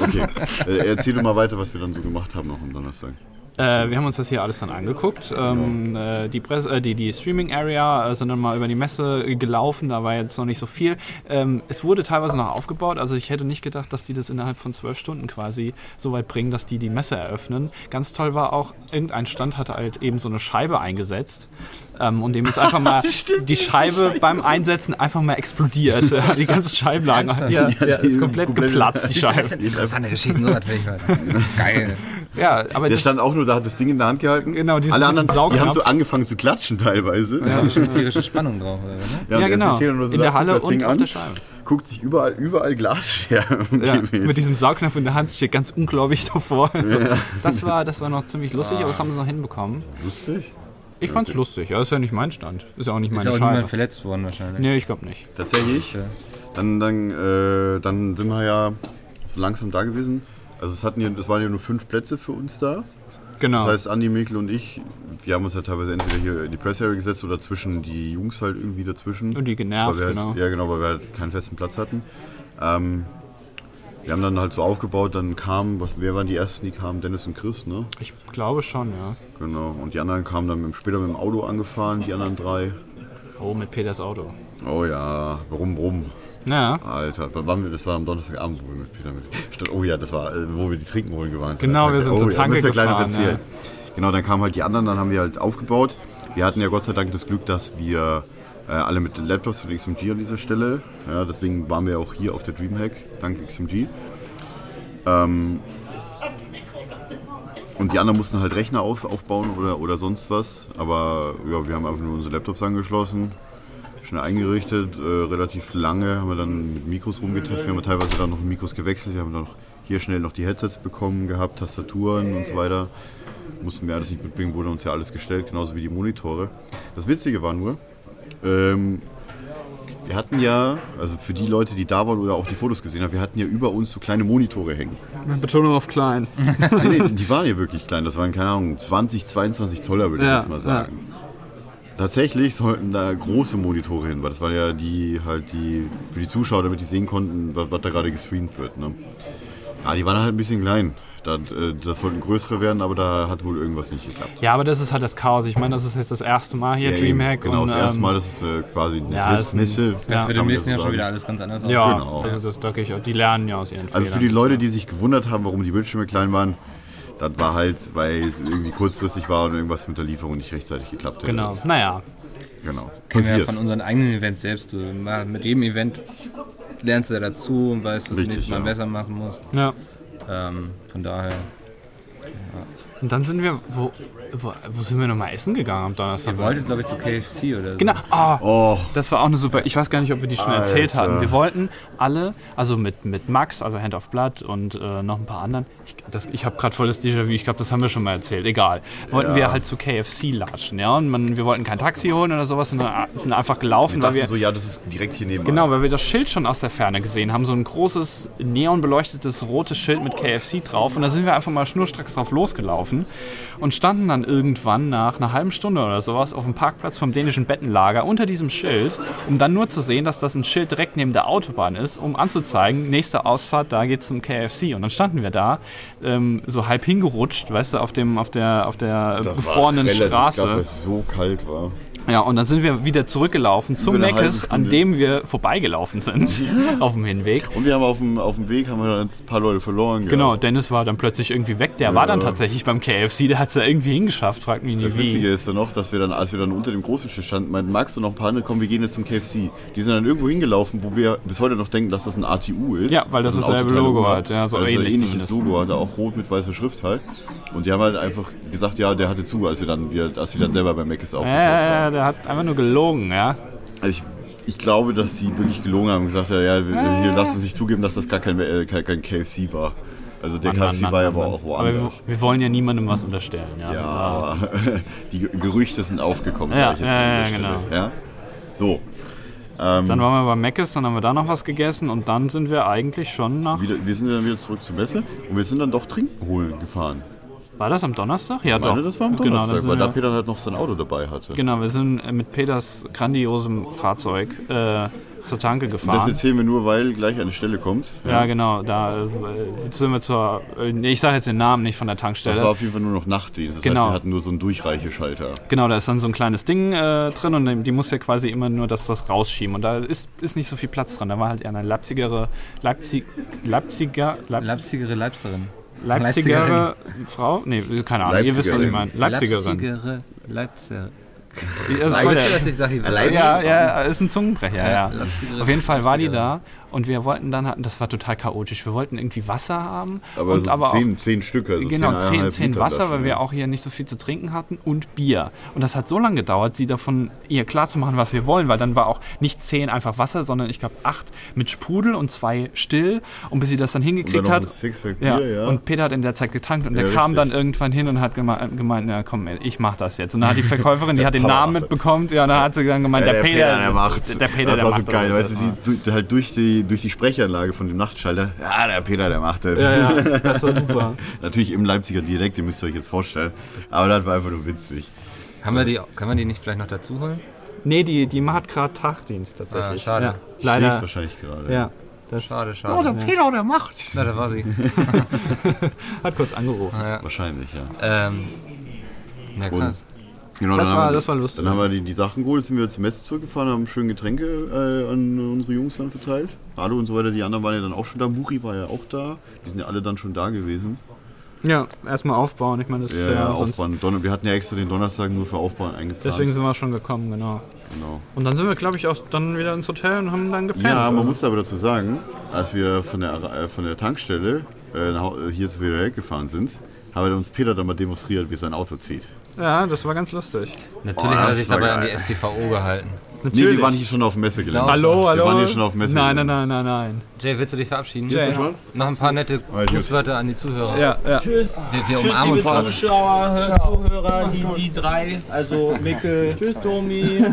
E: okay, okay. Äh, erzähl du mal weiter, was wir dann so gemacht haben noch am Donnerstag.
F: Äh, wir haben uns das hier alles dann angeguckt. Ähm, äh, die, Presse, äh, die, die Streaming Area äh, sind dann mal über die Messe äh, gelaufen, da war jetzt noch nicht so viel. Ähm, es wurde teilweise noch aufgebaut, also ich hätte nicht gedacht, dass die das innerhalb von zwölf Stunden quasi so weit bringen, dass die die Messe eröffnen. Ganz toll war auch, irgendein Stand hatte halt eben so eine Scheibe eingesetzt. Ähm, und dem ist einfach mal die Scheibe beim Einsetzen einfach mal explodiert. die ganzen Scheibenlagen ja, ja,
E: die
F: ist
E: sind
F: komplett
E: komplett-
F: geplatzt, die
B: Das
F: Scheibe.
B: sind interessante Geschichten, so was will ich mal. Geil.
F: Ja, aber
E: Der
F: das,
E: stand auch nur da, hat das Ding in der Hand gehalten.
F: Genau, diesen-
E: Alle
F: diesen
E: anderen, die haben
F: Saugnapf.
E: so angefangen zu klatschen teilweise.
B: Da ist bestimmt tierische Spannung drauf, oder? Ne?
E: und
F: ja,
E: er
F: genau.
E: sitzt hier nur so
F: In der
E: da, guckt
F: Halle
E: das Ding
F: und auf
E: an,
F: der Scheibe.
E: Guckt sich überall, überall Glasscherben
F: Ja,
E: gewesen.
F: mit diesem Saugnapf in der Hand steht ganz ungläubig davor. Also, das, war, das war noch ziemlich lustig, aber das haben sie noch hinbekommen.
E: Lustig.
F: Ich fand's lustig. Ja, ist ja nicht mein Stand. Ist ja auch nicht
B: Ist ja
F: meine
B: auch niemand
F: Scheibe.
B: verletzt worden wahrscheinlich.
F: Nee, ich glaube nicht.
E: Tatsächlich.
B: Ja.
E: Dann, dann, äh, dann sind wir ja so langsam da gewesen. Also es, hatten ja, es waren ja nur fünf Plätze für uns da.
F: Genau.
E: Das heißt, Andi, Mikkel und ich, wir haben uns ja teilweise entweder hier in die Press Area gesetzt oder zwischen die Jungs halt irgendwie dazwischen.
F: Und die genervt,
E: weil wir
F: genau.
E: Halt, ja, genau, weil wir halt keinen festen Platz hatten. Ähm, wir haben dann halt so aufgebaut, dann kamen, was, wer waren die Ersten, die kamen? Dennis und Chris, ne?
F: Ich glaube schon, ja.
E: Genau. Und die anderen kamen dann mit, dem- später mit dem Auto angefahren, die anderen drei.
F: Oh, mit Peters Auto.
E: Oh ja, rum, rum.
F: Ja,
E: Alter, wann waren wir, das war am Donnerstagabend, wo wir mit Peter mit. Statt, oh ja, das war, äh, wo wir die Trinken holen gewarnt sind.
F: Genau, wir sind
E: oh,
F: zur
E: ja,
F: Tanke
E: müsst ihr kleiner
F: gefahren,
E: erzählen. Genau, dann kamen halt die anderen, dann haben wir halt aufgebaut. Wir hatten ja Gott sei Dank das Glück, dass wir äh, alle mit den Laptops von XMG an dieser Stelle, ja, deswegen waren wir auch hier auf der Dreamhack, dank XMG. Ähm, und die anderen mussten halt Rechner auf, aufbauen oder, oder sonst was. Aber ja, wir haben einfach nur unsere Laptops angeschlossen, schnell eingerichtet, äh, relativ lange haben wir dann mit Mikros rumgetestet. Wir haben teilweise dann noch Mikros gewechselt. Wir haben dann noch hier schnell noch die Headsets bekommen gehabt, Tastaturen und so weiter. Mussten wir alles nicht mitbringen, wurde uns ja alles gestellt, genauso wie die Monitore. Das Witzige war nur, ähm, wir hatten ja, also für die Leute, die da waren oder auch die Fotos gesehen haben, wir hatten ja über uns so kleine Monitore hängen.
F: mit Betonung auf klein.
E: Ah, Nee, nee, die waren ja wirklich klein. Das waren, keine Ahnung, 20, 22 Zoller, würde
F: Ja,
E: ich jetzt mal
F: ja.
E: sagen. Tatsächlich sollten da große Monitore hin, weil das waren ja die halt die für die Zuschauer, damit die sehen konnten, was, was da gerade gestreamt wird. Ne? Ja, die waren halt ein bisschen klein. Das, äh, das sollten größere werden, aber da hat wohl irgendwas nicht geklappt.
F: Ja, aber das ist halt das Chaos. Ich meine, das ist jetzt das erste Mal hier,
E: Ja, eben,
F: Dreamhack.
E: Genau,
F: und,
E: das erste
F: ähm,
E: Mal, das ist äh, quasi eine
F: ja, ist ein-
E: Testmesse.
F: Das
E: kann
B: Wird
E: man
B: im
E: ja
B: nächsten
E: so
B: Jahr schon
E: sagen.
B: wieder alles ganz anders aus.
F: Ja,
E: Genau.
F: also das denke ich auch. Die lernen ja aus ihren
E: Also für
F: Fehlern.
E: die Leute, die sich gewundert haben, warum die Bildschirme klein waren, das war halt, weil es irgendwie kurzfristig war und irgendwas mit der Lieferung nicht rechtzeitig geklappt hätte.
F: Genau, naja.
E: Genau.
F: äh,
B: Kennen wir ja
E: Passiert.
B: von unseren eigenen Events selbst. Du, mach- mit jedem Event lernst du ja dazu und weißt, was du
E: Richtig,
B: nächstes Mal
E: ja.
B: besser machen musst.
F: Ja.
B: Ähm, von daher.
F: Und dann sind wir, wo, wo, wo sind wir nochmal essen gegangen am Donnerstag?
B: Ihr wolltet, glaube ich, zu KFC oder so.
F: Genau. Ah,
E: Oh,
F: Das war auch eine super. Ich weiß gar nicht, ob wir die schon erzählt hatten. Wir wollten alle, also mit, mit Max, also Hand of Blood und äh, noch ein paar anderen. Ich, das- ich habe gerade voll das Déjà-vu. Ich glaube, das haben wir schon mal erzählt. Egal. Wollten wir halt zu KFC latschen, ja? Und man, wir wollten kein Taxi holen oder sowas, sondern sind einfach gelaufen, weil wir
E: dachten so, ja, das ist direkt hier nebenan.
F: Genau, weil wir das Schild schon aus der Ferne gesehen haben. So ein großes, neonbeleuchtetes rotes Schild mit KFC drauf. Und da sind wir einfach mal schnurstracks drauf losgelaufen und standen dann irgendwann nach einer halben Stunde oder sowas auf dem Parkplatz vom dänischen Bettenlager unter diesem Schild, um dann nur zu sehen, dass das ein Schild direkt neben der Autobahn ist, um anzuzeigen, nächste Ausfahrt, da geht's zum KFC. Und dann standen wir da, ähm, so halb hingerutscht, weißt du, auf, dem, auf der, auf der
E: Das war
F: befrorenen
E: relativ
F: Straße.
E: kalt, weil es so kalt war.
F: Ja, und dann sind wir wieder zurückgelaufen zum
E: Über eine halbe
F: Meckes, an
E: Stunde.
F: dem wir vorbeigelaufen sind auf dem Hinweg.
E: Und wir haben auf dem, auf dem Weg haben wir dann ein paar Leute verloren.
F: Genau,
E: gehabt.
F: Dennis war dann plötzlich irgendwie weg. Der war dann
E: Ja.
F: tatsächlich beim KFC, der hat es ja irgendwie hingeschafft, fragt mich nicht
E: Das
F: wie.
E: Witzige ist dann noch, dass wir dann, als wir dann unter dem großen Tisch standen, meinten Max und noch ein paar andere, komm, wir gehen jetzt zum KFC. Die sind dann irgendwo hingelaufen, wo wir bis heute noch denken, dass das ein ATU ist.
F: Ja, weil das
E: Also ein
F: dasselbe
E: Autoteil-
F: Logo hat, ja, so
E: weil das
F: ähnlich
E: ein ähnliches
F: zumindest.
E: Logo hatte, auch rot mit weißer Schrift halt. Und die haben halt einfach gesagt, ja, der hatte zu, als sie dann, wir, als sie dann selber bei Mc's aufgetaucht
F: Ja, ja,
E: waren.
F: ja, der hat einfach nur gelogen, ja.
E: Also ich, ich glaube, dass sie wirklich gelogen haben und gesagt haben, ja, wir- hier lassen sie nicht zugeben, dass das gar kein, äh, kein, kein KFC war. Also der
F: Mann,
E: KFC
F: Mann,
E: war ja
F: Mann,
E: aber
F: Mann.
E: auch
F: Aber
E: woanders.
F: wir, wir wollen ja niemandem was unterstellen, ja.
E: Ja, die Ge- Gerüchte sind aufgekommen.
F: Ja,
E: sag ich jetzt
F: ja,
E: an
F: ja,
E: dieser Stelle.
F: genau.
E: Ja? So,
F: Dann waren wir bei Meckes, dann haben wir da noch was gegessen und dann sind wir eigentlich schon nach.
E: wieder, wir sind dann wieder zurück zur Messe und wir sind dann doch Trinken holen gefahren.
F: War das am Donnerstag? Ja,
E: Ich meine,
F: doch.
E: das war am
F: Genau, dann
E: Donnerstag,
F: sind
E: weil da
F: wir-
E: Peter halt noch sein Auto dabei hatte.
F: Genau, wir sind äh, mit Peters grandiosem Fahrzeug äh, zur Tanke
E: Das
F: gefahren.
E: erzählen wir nur, weil gleich eine Stelle kommt.
F: Ja, genau, da äh, sind wir zur. Äh, nee, ich sage jetzt den Namen nicht von der Tankstelle.
E: Das war auf jeden Fall nur noch Nachtdienst. Das
F: Genau.
E: heißt, wir hatten nur so einen Durchreicheschalter.
F: Genau, da ist dann so ein kleines Ding äh, drin und die- die muss ja quasi immer nur das, das rausschieben. Und da ist, ist nicht so viel Platz drin. Da war halt eher eine Leipzigere, Leipzig, Leipziger, Leip,
B: Leipzigere Leipzerin.
F: Leipzigere Frau? Nee, keine Ahnung, ihr wisst, was ich meine. Leipzigerin.
B: Leipzigere Leipzer.
F: Ja, das ist voll
B: Weißt du,
F: der-
B: dass ich sage?
F: Ja, ja, ist ein Zungenbrecher, ja.
B: Leipzigerin,
F: Auf jeden Fall war die
B: Leipzigerin.
F: da und wir wollten dann, hatten- das war total chaotisch, wir wollten irgendwie Wasser haben.
E: Aber
F: und
E: so
F: aber auch-
E: zehn, zehn Stück, also
F: Genau, 10,
E: 10,5
F: 10
E: Liter
F: Wasser,
E: Flaschen,
F: weil
E: ja.
F: wir auch hier nicht so viel zu trinken hatten und Bier. Und das hat so lange gedauert, sie davon ihr klar zu machen, was wir wollen, weil dann war auch nicht 10 einfach Wasser, sondern ich glaube 8 mit Sprudel und 2 still. Und bis sie das dann
E: Und
F: hingekriegt
E: dann noch ein
F: hat.
E: Sixpack Bier,
F: Ja,
E: ja.
F: und Peter hat in der Zeit getankt und
E: Ja,
F: der kam
E: richtig.
F: dann irgendwann hin und hat geme gemeint, na komm, ey, ich mach das jetzt. Und dann hat die Verkäuferin, die hat den
E: Power
F: Namen
E: macht das.
F: mitbekommen, ja, und dann hat sie dann gemeint,
E: Ja,
F: der, Peter,
E: der macht's.
F: Der Peter,
E: das
F: der
E: war
F: macht
E: so geil,
F: das.
E: weißt du, sie, durch, halt durch die, durch die Sprechanlage von dem Nachtschalter, ja, der Peter, der macht das.
F: ja, ja, das war super.
E: Natürlich im Leipziger Dialekt, den müsst ihr euch jetzt vorstellen, aber das war einfach nur witzig.
B: Haben wir die, können wir die nicht vielleicht noch dazu holen?
F: Nee, die, die hat gerade Tagdienst tatsächlich.
B: Ah, schade.
F: Ja,
E: Schläft
F: leider.
E: wahrscheinlich gerade.
F: Ja, das
B: Schade, schade. Oh, der Peter, der macht. Na, da war sie.
F: hat kurz angerufen.
E: Wahrscheinlich, ja.
B: Ähm, na
E: Und-
B: krass.
E: Genau,
F: Das
E: dann haben
F: war-
E: wir-
F: das war lustig.
E: Dann haben wir die, die Sachen geholt, sind wir zur Messe zurückgefahren, haben schön Getränke äh, an unsere Jungs dann verteilt. Ado und so weiter, die anderen waren ja dann auch schon da. Muri war ja auch da. Die sind ja alle dann schon da gewesen.
F: Ja, erstmal aufbauen. Ich meine, das ist
E: Ja,
F: ja,
E: ja,
F: sonst.
E: Aufbauen. Donner, wir hatten ja extra den Donnerstag nur für Aufbauen eingeplant.
F: Deswegen sind wir schon gekommen, genau.
E: genau.
F: Und dann sind wir, glaube ich, auch dann wieder ins Hotel und haben dann gepennt.
E: Ja,
F: oder?
E: man muss aber dazu sagen, als wir von der, äh, von der Tankstelle äh, nach Hau- hier zu Wiederheld gefahren sind, haben uns Peter dann mal demonstriert, wie sein Auto zieht.
F: ja, das war ganz lustig.
B: Natürlich
E: Oh,
B: hat er
E: das
B: sich
E: war
B: dabei an
E: geil.
B: die STVO gehalten.
E: Nee,
F: Natürlich.
E: wir waren hier schon auf dem Messegelände.
B: Genau.
F: hallo, hallo.
E: Wir waren hier schon auf dem
F: Nein,
E: Messegelände.
F: nein, nein, nein, nein.
B: Jay, willst du dich verabschieden?
F: Jay.
E: schon?
B: Noch ein paar nette
E: Alright, gut.
B: Grußwörter an die Zuhörer.
F: Ja, ja.
I: Tschüss.
B: Wir, wir
I: Tschüss,
B: umarmen
I: liebe
B: uns.
I: Zuschauer, Hör- Zuhörer, die, die drei, also Mickel, Tschüss, Domi,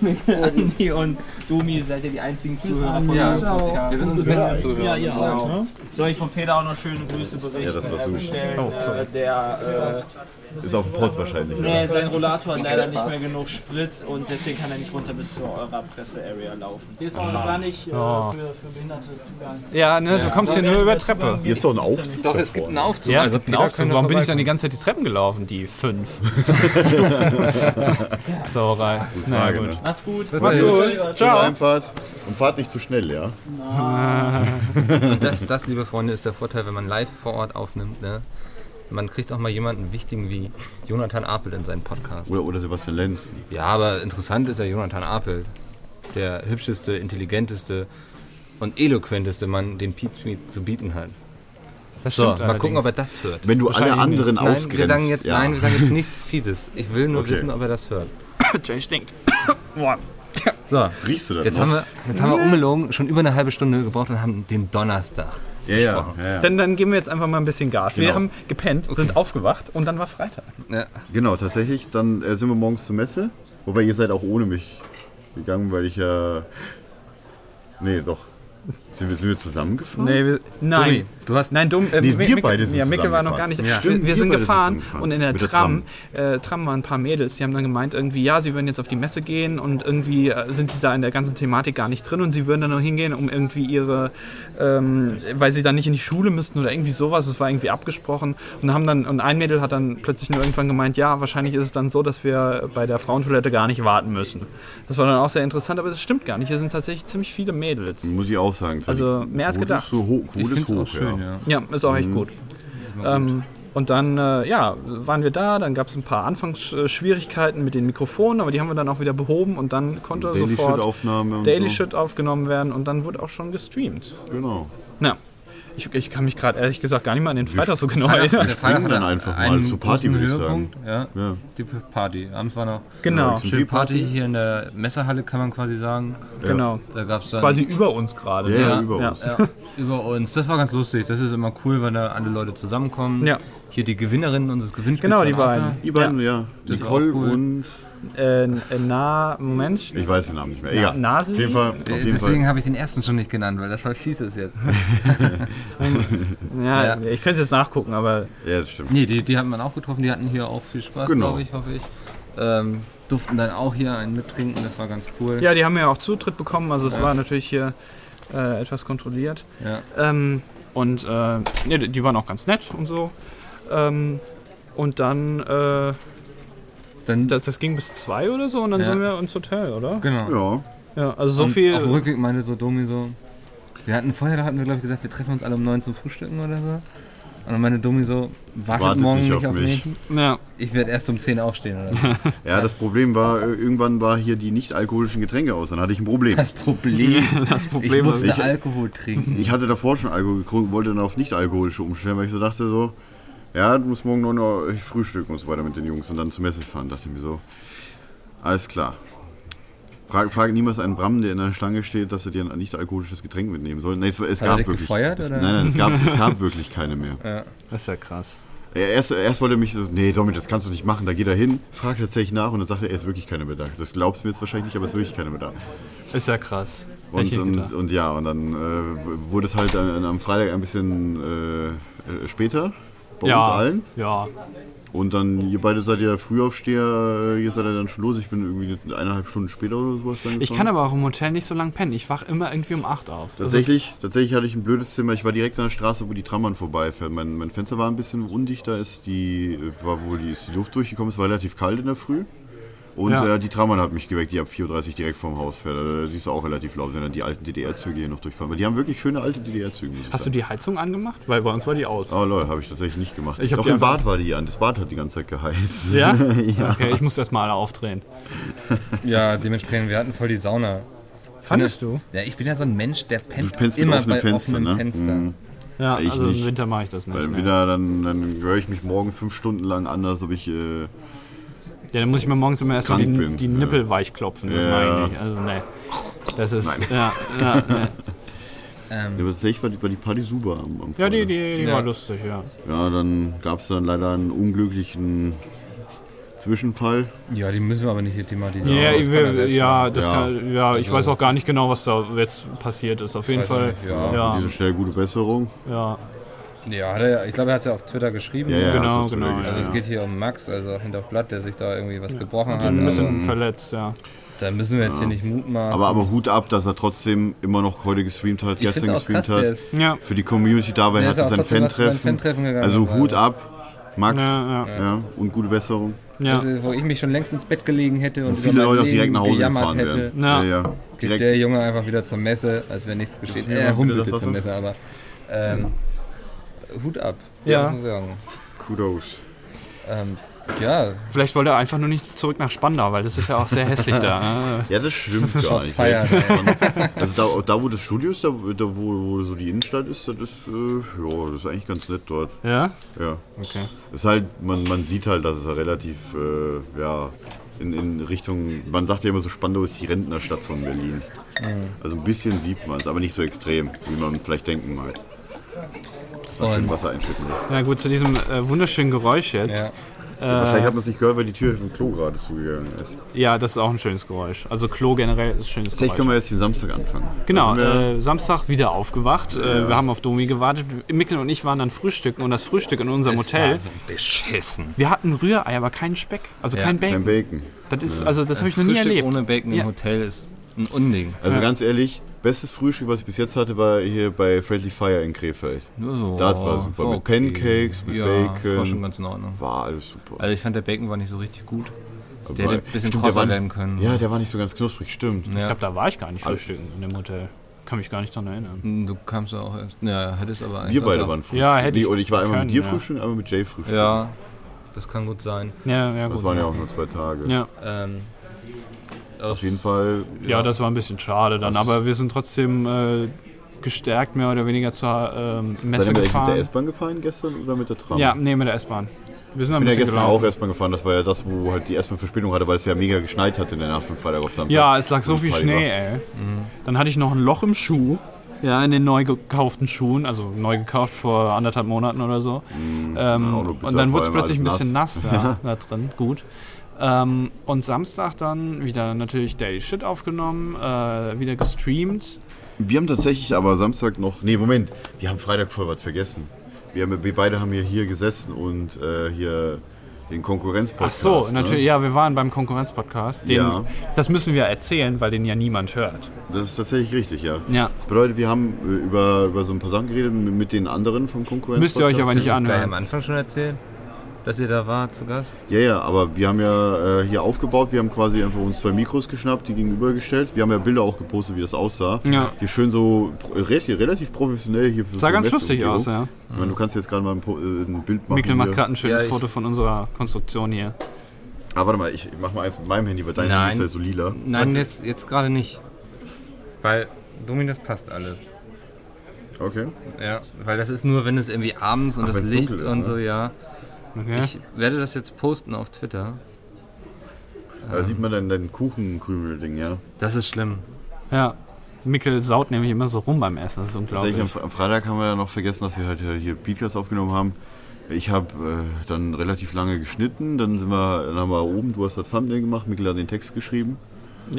I: Mickel, Andi und Domi, seid ihr die einzigen Zuhörer von
B: Ja.
I: uns.
B: Wir sind unsere besten Zuhörer.
I: Ja, ihr auch. ne? Soll ich von Peter auch noch schöne Grüße berichten?
E: Ja, das war
I: Er
E: super.
I: Bestellen,
B: Oh,
I: äh, der,
E: Ist auf dem Pott wahrscheinlich.
I: äh, nee, sein Rollator hat leider nicht mehr genug Sprit und deswegen kann er nicht runter bis zu eurer Presse-Area laufen.
H: Hier ist auch noch gar nicht äh, für, für behinderte Zugang.
F: Ja, ne, du kommst hier nur über Treppe.
E: Hier ist doch ein Aufzug.
B: Doch, es gibt einen Aufzug. Also
F: Ja, es gibt einen
B: Peter
F: Aufzug.
B: könnte
F: Warum bin ich
B: vorbeikommen.
F: dann die ganze Zeit die Treppen gelaufen? Die fünf. Sauerei. Na
E: Frage,
F: gut.
E: ne?
I: Macht's gut.
F: Macht's gut.
E: Gute
F: Ciao.
E: Einfahrt und fahrt nicht zu schnell, ja?
B: Das, das, liebe Freunde, ist der Vorteil, wenn man live vor Ort aufnimmt. Ne? Man kriegt auch mal jemanden wichtigen wie Jonathan Apel in seinen Podcast.
E: Oder, oder Sebastian Lenz.
B: Ja, aber interessant ist ja Jonathan Apel. Der hübscheste, intelligenteste und eloquenteste Mann, den Pete Schmidt zu bieten hat.
F: Das
B: So,
F: stimmt
B: mal gucken, ob
F: allerdings.
B: er das hört.
E: Wenn du alle
F: Wahrscheinlich
E: anderen
B: Nein,
E: ausgrenzt.
B: wir sagen jetzt,
E: ja.
B: nein, wir sagen jetzt nichts Fieses. Ich will nur
E: Okay.
B: wissen, ob er das hört.
F: Jay stinkt.
B: So,
E: Riechst du das
B: jetzt
E: noch?
B: haben wir, jetzt haben wir ungelogen schon über eine halbe Stunde gebraucht und haben den Donnerstag.
E: ja, ja, ja, ja.
F: Dann, dann geben wir jetzt einfach mal ein bisschen Gas. Wir
E: Genau.
F: haben gepennt, sind aufgewacht und dann war Freitag.
B: Ja,
E: Genau, tatsächlich. Dann äh, sind wir morgens zur Messe. Wobei ihr seid auch ohne mich gegangen, weil ich ja. Nee, doch. Sind wir, sind wir zusammengefahren?
F: Nee, wir, nein.
B: Domi, du hast-
F: nein, dumm. äh,
E: Nee, wir
F: Micke-
E: beide sind
F: Ja, Micke war noch
E: zusammengefahren.
F: gar nicht.
E: Ja.
F: wir,
E: Stimmt,
F: wir
E: wir
F: sind
E: beide sind
F: gefahren
E: zusammengefahren.
F: und in der
E: Mit der
F: Tram, äh, Tram waren ein paar Mädels, die haben dann gemeint, irgendwie, ja, sie würden jetzt auf die Messe gehen und irgendwie äh, sind sie da in der ganzen Thematik gar nicht drin und sie würden dann nur hingehen, um irgendwie ihre, ähm, weil sie dann nicht in die Schule müssten oder irgendwie sowas. Es war irgendwie abgesprochen und haben dann und ein Mädel hat dann plötzlich nur irgendwann gemeint, ja, wahrscheinlich ist es dann so, dass wir bei der Frauentoilette gar nicht warten müssen. Das war dann auch sehr interessant, aber das stimmt gar nicht. Hier sind tatsächlich ziemlich viele Mädels.
E: Muss ich auch sagen.
F: Also, mehr als
E: Quote
F: gedacht.
E: Ist so hoch, Quote
B: ich
E: ist
B: finde es
E: hoch,
B: auch schön, ja.
F: Ja, ist auch
E: Mhm.
F: echt gut. Ähm, und dann äh, ja, waren wir da, dann gab es ein paar Anfangsschwierigkeiten mit den Mikrofonen, aber die haben wir dann auch wieder behoben und dann konnte
E: Daily
F: sofort
E: Shit-Aufnahme und
F: Daily
E: so.
F: Shit aufgenommen werden und dann wurde auch schon gestreamt.
E: Genau.
F: Ja, ich, ich kann mich gerade ehrlich gesagt gar nicht mal an den Freitag so genau
B: Wir
F: erinnern.
E: springen dann einfach mal
B: einen
E: zur Party,
B: großen
E: würde ich sagen.
B: Höhepunkt, Ja,
E: Ja.
B: die Party. Abends war noch
F: Genau,
B: schöne Party hier in der Messerhalle, kann man quasi sagen.
F: genau.
B: Da gab es dann
F: Quasi über uns gerade.
E: Ja,
B: Ja,
E: ja, über
F: ja.
E: uns.
B: ja, über uns. Das war ganz lustig. Das ist immer cool, wenn da alle Leute zusammenkommen.
F: Ja.
B: Hier die Gewinnerinnen unseres Gewinnspiels.
F: Genau, die
B: waren auch
F: beiden.
E: Die beiden, ja.
B: ist auch
E: Nicole
B: cool.
E: und
F: äh, na, Moment.
E: Ich weiß den Namen nicht mehr. Egal.
F: Nasen-
E: Auf jeden Fall. Auf
B: Äh,
E: jeden Fall.
B: Deswegen habe ich den ersten schon nicht genannt, weil das verschießt es jetzt.
F: Ja,
B: Ja.
F: ich könnte jetzt nachgucken, aber
E: Ja, das stimmt.
B: Nee, die, die hat man auch getroffen, die hatten hier auch viel Spaß,
E: Genau.
B: glaube ich, hoffe ich. Ähm, durften dann auch hier einen mittrinken, das war ganz cool.
F: ja, die haben ja auch Zutritt bekommen, also es
B: Ja.
F: war natürlich hier äh, etwas kontrolliert.
B: Ja.
F: Ähm, und äh, nee, die die waren auch ganz nett und so. Ähm, und dann, äh,
B: Dann,
F: das, das ging bis zwei oder so und dann
B: Ja.
F: sind wir ins Hotel, oder?
B: genau.
E: Ja.
F: Ja, also so
B: Und Auf dem
F: viel.
B: Rückweg meinte so Domi so, wir hatten vorher, da hatten wir glaube ich gesagt, wir treffen uns alle um neun zum Frühstücken oder so. Und dann meinte Domi so, wartet,
E: Wartet
B: morgen
E: nicht
B: nicht
E: auf
B: auf mich.
F: Ja,
B: Ich werde erst um zehn aufstehen oder so.
E: Ja, das Problem war, äh, irgendwann war hier die nicht alkoholischen Getränke aus. Dann hatte ich ein Problem.
B: Das Problem,
F: das
B: ich
F: Problem ist.
B: musste
E: ich-
B: Alkohol trinken.
E: Ich hatte davor schon Alkohol getrunken, wollte dann auf nicht alkoholische umstellen, weil ich so dachte so, ja, du musst morgen 9 Uhr frühstücken und so weiter mit den Jungs und dann zur Messe fahren. Dachte ich mir so, alles klar. Frage, frage niemals einen Bram, der in der Schlange steht, dass er dir ein nicht alkoholisches Getränk mitnehmen soll. Nein, es, es
B: Hat er
E: gab
B: dich
E: wirklich.
B: gefeuert,
E: es,
B: oder?
E: nein, nein, es gab, es gab wirklich keine mehr.
F: Das ist ja krass.
E: Er- Erst, erst wollte er mich so, nee, Dominik, das kannst du nicht machen. Da geht er hin, fragt tatsächlich nach und dann sagt er, er ist wirklich keine mehr da. Das glaubst du mir jetzt wahrscheinlich nicht, aber es ist wirklich keine mehr da.
F: Ist ja krass.
E: Und, und, und ja, und dann äh, wurde es halt an, am Freitag ein bisschen äh, äh, später bei uns allen.
F: Ja.
E: Und dann, ihr beide seid ja Frühaufsteher, äh, ihr seid ja dann schon los. Ich bin irgendwie eine- eineinhalb Stunden später oder sowas dann
F: Ich kann aber auch im Hotel nicht so lange pennen. Ich wach immer irgendwie um 8 auf. Das
E: Tatsächlich, tatsächlich hatte ich ein blödes Zimmer. Ich war direkt an der Straße, wo die Trambahn vorbeifährt. Mein, mein Fenster war ein bisschen undicht, da ist die, äh, war wohl die, ist die Luft durchgekommen. Es war relativ kalt in der Früh. Und
F: Ja.
E: äh, die Trambahn hat mich geweckt, die ab 4.30 Uhr direkt vorm Haus fährt. Äh, Die ist auch relativ laut, wenn dann die alten DDR-Züge hier noch durchfahren. Weil die haben wirklich schöne alte DDR-Züge. muss ich
F: Ist, hast du die Heizung angemacht? Weil bei uns war die aus.
E: Oh lol, habe ich tatsächlich nicht gemacht.
F: Ich hab
E: Doch
F: die
E: im
F: einfach-
E: Bad war die an. Das Bad hat die ganze Zeit geheizt.
F: Ja? ja? Okay, ich muss erstmal alle aufdrehen.
B: Ja, dementsprechend, wir hatten voll die Sauna.
F: Fandest du?
B: Ja, ich bin ja so ein Mensch, der pennt
E: Du pennst mit
B: immer
E: offenem
B: bei
E: Fenster,
B: offenen
E: ne?
B: Fenstern.
E: Mhm.
F: Ja,
E: Ich
F: also
E: nicht.
F: im Winter mache ich das nicht.
E: Weil
F: nee.
E: wieder, dann, dann höre ich mich morgen fünf Stunden lang an, als ob ich. Äh,
F: Ja, dann muss ich mir morgens immer erstmal
E: Krank
F: die,
E: bin,
F: die
E: ja.
F: Nippel weich klopfen. Das
E: Ja.
F: mache ich nicht. Also, nee. Das ist. Ja, ja, nee.
E: ja, aber tatsächlich war die, war die Party super am, am
F: ja, die,
E: Freitag.
F: die, die
B: Ja.
F: war lustig, ja.
E: Ja, dann gab es dann leider einen unglücklichen Zwischenfall.
B: Ja, die müssen wir aber nicht hier thematisieren.
F: Ja,
B: Das
F: ich,
B: kann er selbst
F: ja,
B: machen.
F: das
E: Ja.
F: Kann, ja, ich weiß auch gar nicht genau, was da jetzt passiert ist. Auf jeden
B: Weiß ich
F: Fall.
B: nicht,
E: Ja,
F: Ja,
E: An dieser Stelle gute Besserung.
F: ja.
B: Ja, hat er, ja- ich glaube, er hat es ja auf Twitter geschrieben.
E: Ja, ja,
F: Genau,
E: hast du
F: genau, ja,
E: wieder
B: Also es
E: geschrieben.
B: geht hier um Max, also Hinterf Blatt, der sich da irgendwie was gebrochen hat.
F: Ein
B: Also,
F: bisschen verletzt, ja.
B: da müssen wir jetzt hier nicht mutmaßen.
E: Aber, aber Hut ab, dass er trotzdem immer noch heute gestreamt hat,
B: ich finde
E: gestern
B: auch krass,
E: gestreamt
B: der
E: hat.
B: ist,
F: Ja,
E: Für die Community dabei
B: der
E: er
B: ist ja
E: hatte
B: auch
E: sein
B: trotzdem noch zu seinem
E: Fan-Treffen.
B: Fantreffen gegangen.
E: Also Hut
B: Also,
E: ab, Max.
F: Ja,
E: Ja,
F: ja.
E: und gute Besserung.
F: ja.
B: Also, wo ich mich schon längst ins Bett gelegen hätte und
E: Wo
B: über
E: viele
B: mein
E: Leute auch direkt
B: Leben
E: nach Hause
B: gejammert
E: gefahren
B: hätte,
E: wären.
F: Ja.
E: ja.
B: geht
E: Direkt
B: der Junge einfach wieder zur Messe, als wäre nichts geschehen.
E: mir
B: Er
E: mal wieder
B: humpelte
E: das
B: zur
E: Wasser?
B: Messe, aber ähm, Hut ab.
F: Ja.
B: muss ich sagen.
E: Kudos.
B: Ähm, ja,
F: Vielleicht wollte er einfach nur nicht zurück nach Spandau, weil das ist ja auch sehr hässlich da.
E: Ja, das stimmt gar
B: Shots
E: nicht.
B: fired.
E: Also da, da, wo das Studio ist, da, da wo, wo so die Innenstadt ist, das ist, äh, ja, das ist eigentlich ganz nett dort.
F: Ja?
E: Ja.
F: Okay.
E: Es ist halt, man, man sieht halt, dass es ja relativ, äh, ja, in, in Richtung, man sagt ja immer so, Spandau ist die Rentnerstadt von Berlin.
F: Mhm.
E: Also ein bisschen sieht man es, aber nicht so extrem, wie man vielleicht denken mag. Dass man schön
B: Und-
E: Wasser einschütten will.
F: Na gut, zu diesem äh, wunderschönen Geräusch jetzt.
E: Wahrscheinlich hat man es nicht gehört, weil die Tür vom Klo gerade zugegangen ist.
F: Ja. das ist auch ein schönes Geräusch. Also Klo generell ist ein schönes
E: Vielleicht
F: Geräusch.
E: können wir jetzt den Samstag anfangen.
F: Genau,
E: Da sind wir-
F: äh, Samstag wieder aufgewacht. Äh, wir haben auf Domi gewartet. Mikkel und ich waren dann frühstücken und das Frühstück in unserem Hotel.
B: war so beschissen.
F: Wir hatten Rührei, aber keinen Speck. Also
B: Ja,
F: kein Bacon.
E: Kein Bacon.
F: Das ist, also das habe ich noch nie
B: Frühstück
F: erlebt.
B: ohne Bacon
F: Ja.
B: im Hotel ist ein Unding.
E: Also ganz ehrlich, bestes Frühstück, was ich bis jetzt hatte, war hier bei Friendly Fire in Krefeld. Das war super. Mit Pancakes, mit
B: ja,
E: Bacon.
B: war schon ganz in Ordnung.
E: War alles super.
B: Also ich fand, der Bacon war nicht so richtig gut. Der
E: Aber-
B: hätte ein bisschen
E: Stimmt,
B: krosser
E: der war-
B: werden können.
E: Ja, der war nicht so ganz knusprig, stimmt.
F: Ich
B: Ja.
F: glaube, da war ich gar nicht frühstücken in dem Hotel. Kann mich gar nicht dran erinnern.
B: Hm, Du kamst ja auch erst. Ja, hättest aber eigentlich
E: Wir
B: auch
E: beide
B: da-
E: waren frühstücken.
F: Ja, hätte
E: nee,
F: ich
E: und ich war einmal
F: können,
E: mit dir
F: ja.
E: frühstücken, einmal mit Jay frühstücken.
B: Ja, das kann gut sein.
F: Ja, ja,
E: Das
F: gut.
E: waren ja auch nur zwei Tage.
F: ja.
B: Ähm,
E: Auf jeden Fall.
F: ja, das war ein bisschen schade dann. Aber wir sind trotzdem äh, gestärkt mehr oder weniger zur ähm, Messe
E: Seid ihr eigentlich mit der
F: gefahren.
E: S-Bahn gefahren gestern oder mit der Tram?
F: Ja, nee, mit der S-Bahn. Wir sind ein
E: Ich bin ja
F: bisschen
E: gestern
F: gelaufen.
E: auch S-Bahn gefahren. Das war ja das, wo halt die S-Bahn Verspätung hatte, weil es ja mega geschneit hat in der Nacht von Freitag auf Samstag.
F: Ja, es lag so
E: Und
F: viel
E: Party
F: Schnee, ey. Dann hatte ich noch ein Loch im Schuh. Ja, in den neu gekauften Schuhen, also neu gekauft vor anderthalb Monaten oder so. Ähm,
E: Auto bitter,
F: und dann
E: vor
F: wurde es
E: allem
F: plötzlich ein
E: alles
F: bisschen nass, ja, da drin. Gut. Ähm, und Samstag dann wieder natürlich Daily Shit aufgenommen, äh, wieder gestreamt.
E: Wir haben tatsächlich aber Samstag noch. Nee, Moment, wir haben Freitag voll was vergessen. Wir, haben, wir beide haben ja hier gesessen und äh, hier den
F: Ach
E: Konkurrenzpodcast.
F: so, natürlich,
E: Ne?
F: ja, wir waren beim Konkurrenzpodcast. Den,
E: Ja.
F: Das müssen wir erzählen, weil den ja niemand hört.
E: Das ist tatsächlich richtig, ja.
F: Ja.
E: Das bedeutet, wir haben äh, über, über so ein paar Sachen geredet mit mit den anderen vom Konkurrenz.
F: Müsst ihr euch aber nicht
B: Gleich am
F: anhören.
B: Anfang schon erzählt, dass ihr da wart zu Gast.
E: Ja, ja, aber wir haben ja äh, hier aufgebaut. Wir haben quasi einfach uns zwei Mikros geschnappt, die gegenübergestellt. Wir haben ja Bilder auch gepostet, wie das aussah.
F: Ja.
E: Hier schön so pro- re- relativ professionell hier. für
F: Sah
E: so
F: ganz
E: eine
F: lustig
E: Messeumgebung.
F: aus, ja.
E: Ich meine, du kannst jetzt gerade mal ein, Po- äh, ein Bild machen.
F: Mikkel macht
E: hier.
F: gerade ein schönes
B: Ja, ich-
F: Foto von unserer Konstruktion hier.
E: Ah, warte mal, ich mach mal eins mit meinem Handy, weil dein
B: Nein.
E: Handy ist ja so lila.
B: Nein, jetzt, jetzt gerade nicht. Weil, Domi, das passt alles.
E: Okay.
B: Ja, weil das ist nur, wenn es irgendwie abends und
E: Ach,
B: das
E: wenn's
B: Licht
E: dunkel ist,
B: und
E: ne?
B: so, ja.
F: Okay.
B: Ich werde das jetzt posten auf Twitter.
E: Da sieht man dann dein Kuchenkrümel-Ding, ja.
B: Das ist schlimm.
F: ja. Mikkel saut nämlich immer so rum beim Essen, das ist
E: Tatsächlich am,
F: unglaublich.
E: Fre- am Freitag haben wir ja noch vergessen, dass wir halt äh, hier Podcast aufgenommen haben. Ich habe äh, dann relativ lange geschnitten, dann sind wir, dann haben wir oben, du hast das Thumbnail gemacht, Mikkel hat den Text geschrieben.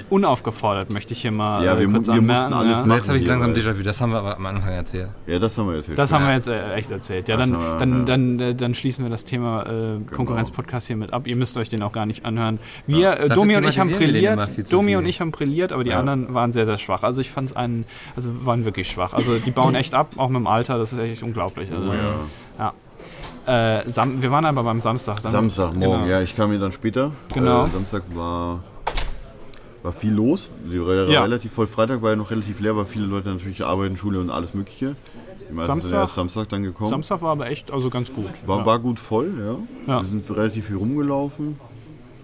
F: Unaufgefordert möchte ich hier mal
E: Ja,
F: äh,
E: wir mu-
F: kurz
E: wir mussten
F: anmerken.
E: alles
F: ja.
E: machen.
B: jetzt habe ich
E: wir
B: langsam
E: mal.
B: Déjà-vu, das haben wir aber am Anfang erzählt.
E: Ja, das haben wir jetzt.
F: Das
E: erzählt.
F: haben wir jetzt äh, echt erzählt. Ja, dann,
E: haben wir,
F: dann,
E: ja. Genau.
F: dann, äh, dann schließen wir das Thema äh, Konkurrenzpodcast hiermit ab. Ihr müsst euch den auch gar nicht anhören. Wir, äh,
B: Dafür
F: Domi und ich haben
B: thematisieren wir den immer
F: brilliert.
B: viel zu
F: Domi
B: viel.
F: und ich haben brilliert, aber die
E: Ja.
F: anderen waren sehr, sehr schwach. Also ich fand es einen, also waren wirklich schwach. Also die bauen echt ab, auch mit dem Alter. Das ist echt unglaublich.
E: Oh
F: Also, ja. Äh, Sam wir waren aber beim Samstag. Dann
E: Samstagmorgen,
F: Genau.
E: ja, ich kam hier dann später.
F: Genau.
E: Äh, Samstag war, war viel los, die re
F: Ja.
E: relativ voll. Freitag war ja noch relativ leer, weil viele Leute natürlich arbeiten, Schule und alles Mögliche. Die meisten sind
F: Samstag-
E: erst Samstag dann gekommen.
F: Samstag war aber echt, also ganz gut.
E: War, war gut voll, ja.
F: Ja.
E: Wir sind relativ viel rumgelaufen.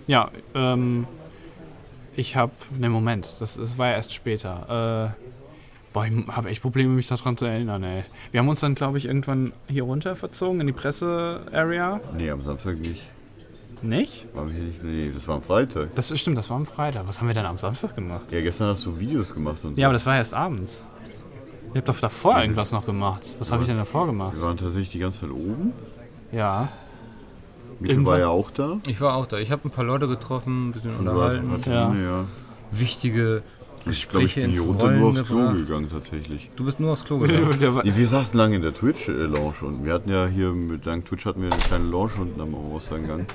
F: Ja, ähm, ich habe, ne Moment, das, das war ja erst später. Äh, boah, ich habe echt Probleme, mich daran zu erinnern, ey. Wir haben uns dann, glaube ich, irgendwann hier runter verzogen in die Presse-Area.
E: Nee, am Samstag nicht.
F: Nicht?
E: War hier nicht. Nee, das war am Freitag.
F: Das ist stimmt, das war am Freitag. Was haben wir denn am Samstag gemacht?
E: Ja, gestern hast du Videos gemacht und so.
F: Ja, aber das war erst abends. Ihr habt doch davor irgendwas noch gemacht. Was habe ich denn davor gemacht?
E: wir waren tatsächlich die ganze Zeit oben.
F: Ja.
E: Mikkel war
F: Irgendwann-
E: ja auch da.
B: Ich war auch da. Ich habe ein paar Leute getroffen, ein bisschen
E: Du
B: unterhalten,
E: warst-
F: Ja.
E: ja.
B: wichtige
E: Ich glaube,
B: halt,
E: ich
B: Gespräche
E: bin
B: ins
E: hier runter nur
B: Rollen
E: aufs Klo
B: gebracht.
E: gegangen tatsächlich.
B: Du bist nur aufs Klo gegangen.
F: Der war-
E: Ja, wir saßen lange in der Twitch-Lounge und wir hatten ja hier, mit, dank Twitch hatten wir eine kleine Lounge unten am Hauseingang.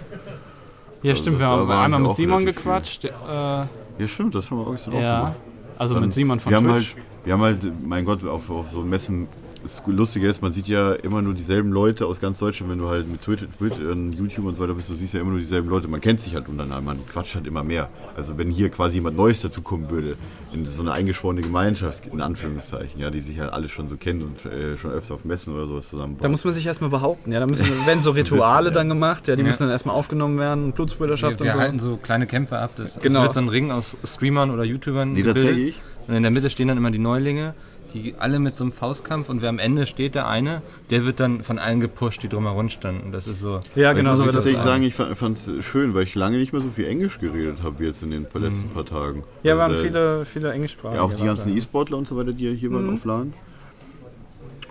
F: Ja, stimmt, wir
E: Also, da
F: haben
E: waren
F: einmal
E: wir
F: mit
E: auch
F: Simon
E: relativ viel.
F: gequatscht. Äh,
E: Ja, stimmt, das haben wir auch gestern auch
F: ja.
E: gemacht.
F: Also mit Simon von
E: wir haben,
F: Twitch.
E: halt, wir haben halt, mein Gott, auf, auf so Messen, das Lustige ist, man sieht ja immer nur dieselben Leute aus ganz Deutschland, wenn du halt mit Twitch, Twitch und YouTube und so weiter bist, du siehst ja immer nur dieselben Leute. Man kennt sich halt untereinander, man quatscht halt immer mehr. Also wenn hier quasi jemand Neues dazukommen würde, in so eine eingeschworene Gemeinschaft, in Anführungszeichen, ja, die sich halt alle schon so kennen und äh, schon öfter auf Messen oder sowas zusammen.
F: Da muss man sich erstmal behaupten, ja. Da müssen, werden so Rituale dann gemacht, ja, die müssen dann erstmal aufgenommen werden, und Blutsbrüderschaft
B: Wir, wir halten
F: und so.
B: so kleine Kämpfe ab. Das,
F: Genau.
B: Es wird so ein Ring aus Streamern oder YouTubern
E: Nee,
B: gebildet.
E: tatsächlich.
B: Und in der Mitte stehen dann immer die Neulinge, die alle mit so einem Faustkampf und wer am Ende steht, der eine, der wird dann von allen gepusht, die drumherum standen. Das ist so.
F: Ja,
E: Ich
F: genau so
E: muss
F: wird das.
E: tatsächlich
F: sein.
E: sagen, ich fand es schön, weil ich lange nicht mehr so viel Englisch geredet habe wie jetzt in den letzten paar Tagen.
F: Ja, wir
E: Also
F: haben
E: da-
F: viele, viele Englischsprachen.
E: Ja, auch die ganzen E-Sportler und so weiter, die ja hier
F: Mhm.
E: waren auflagen.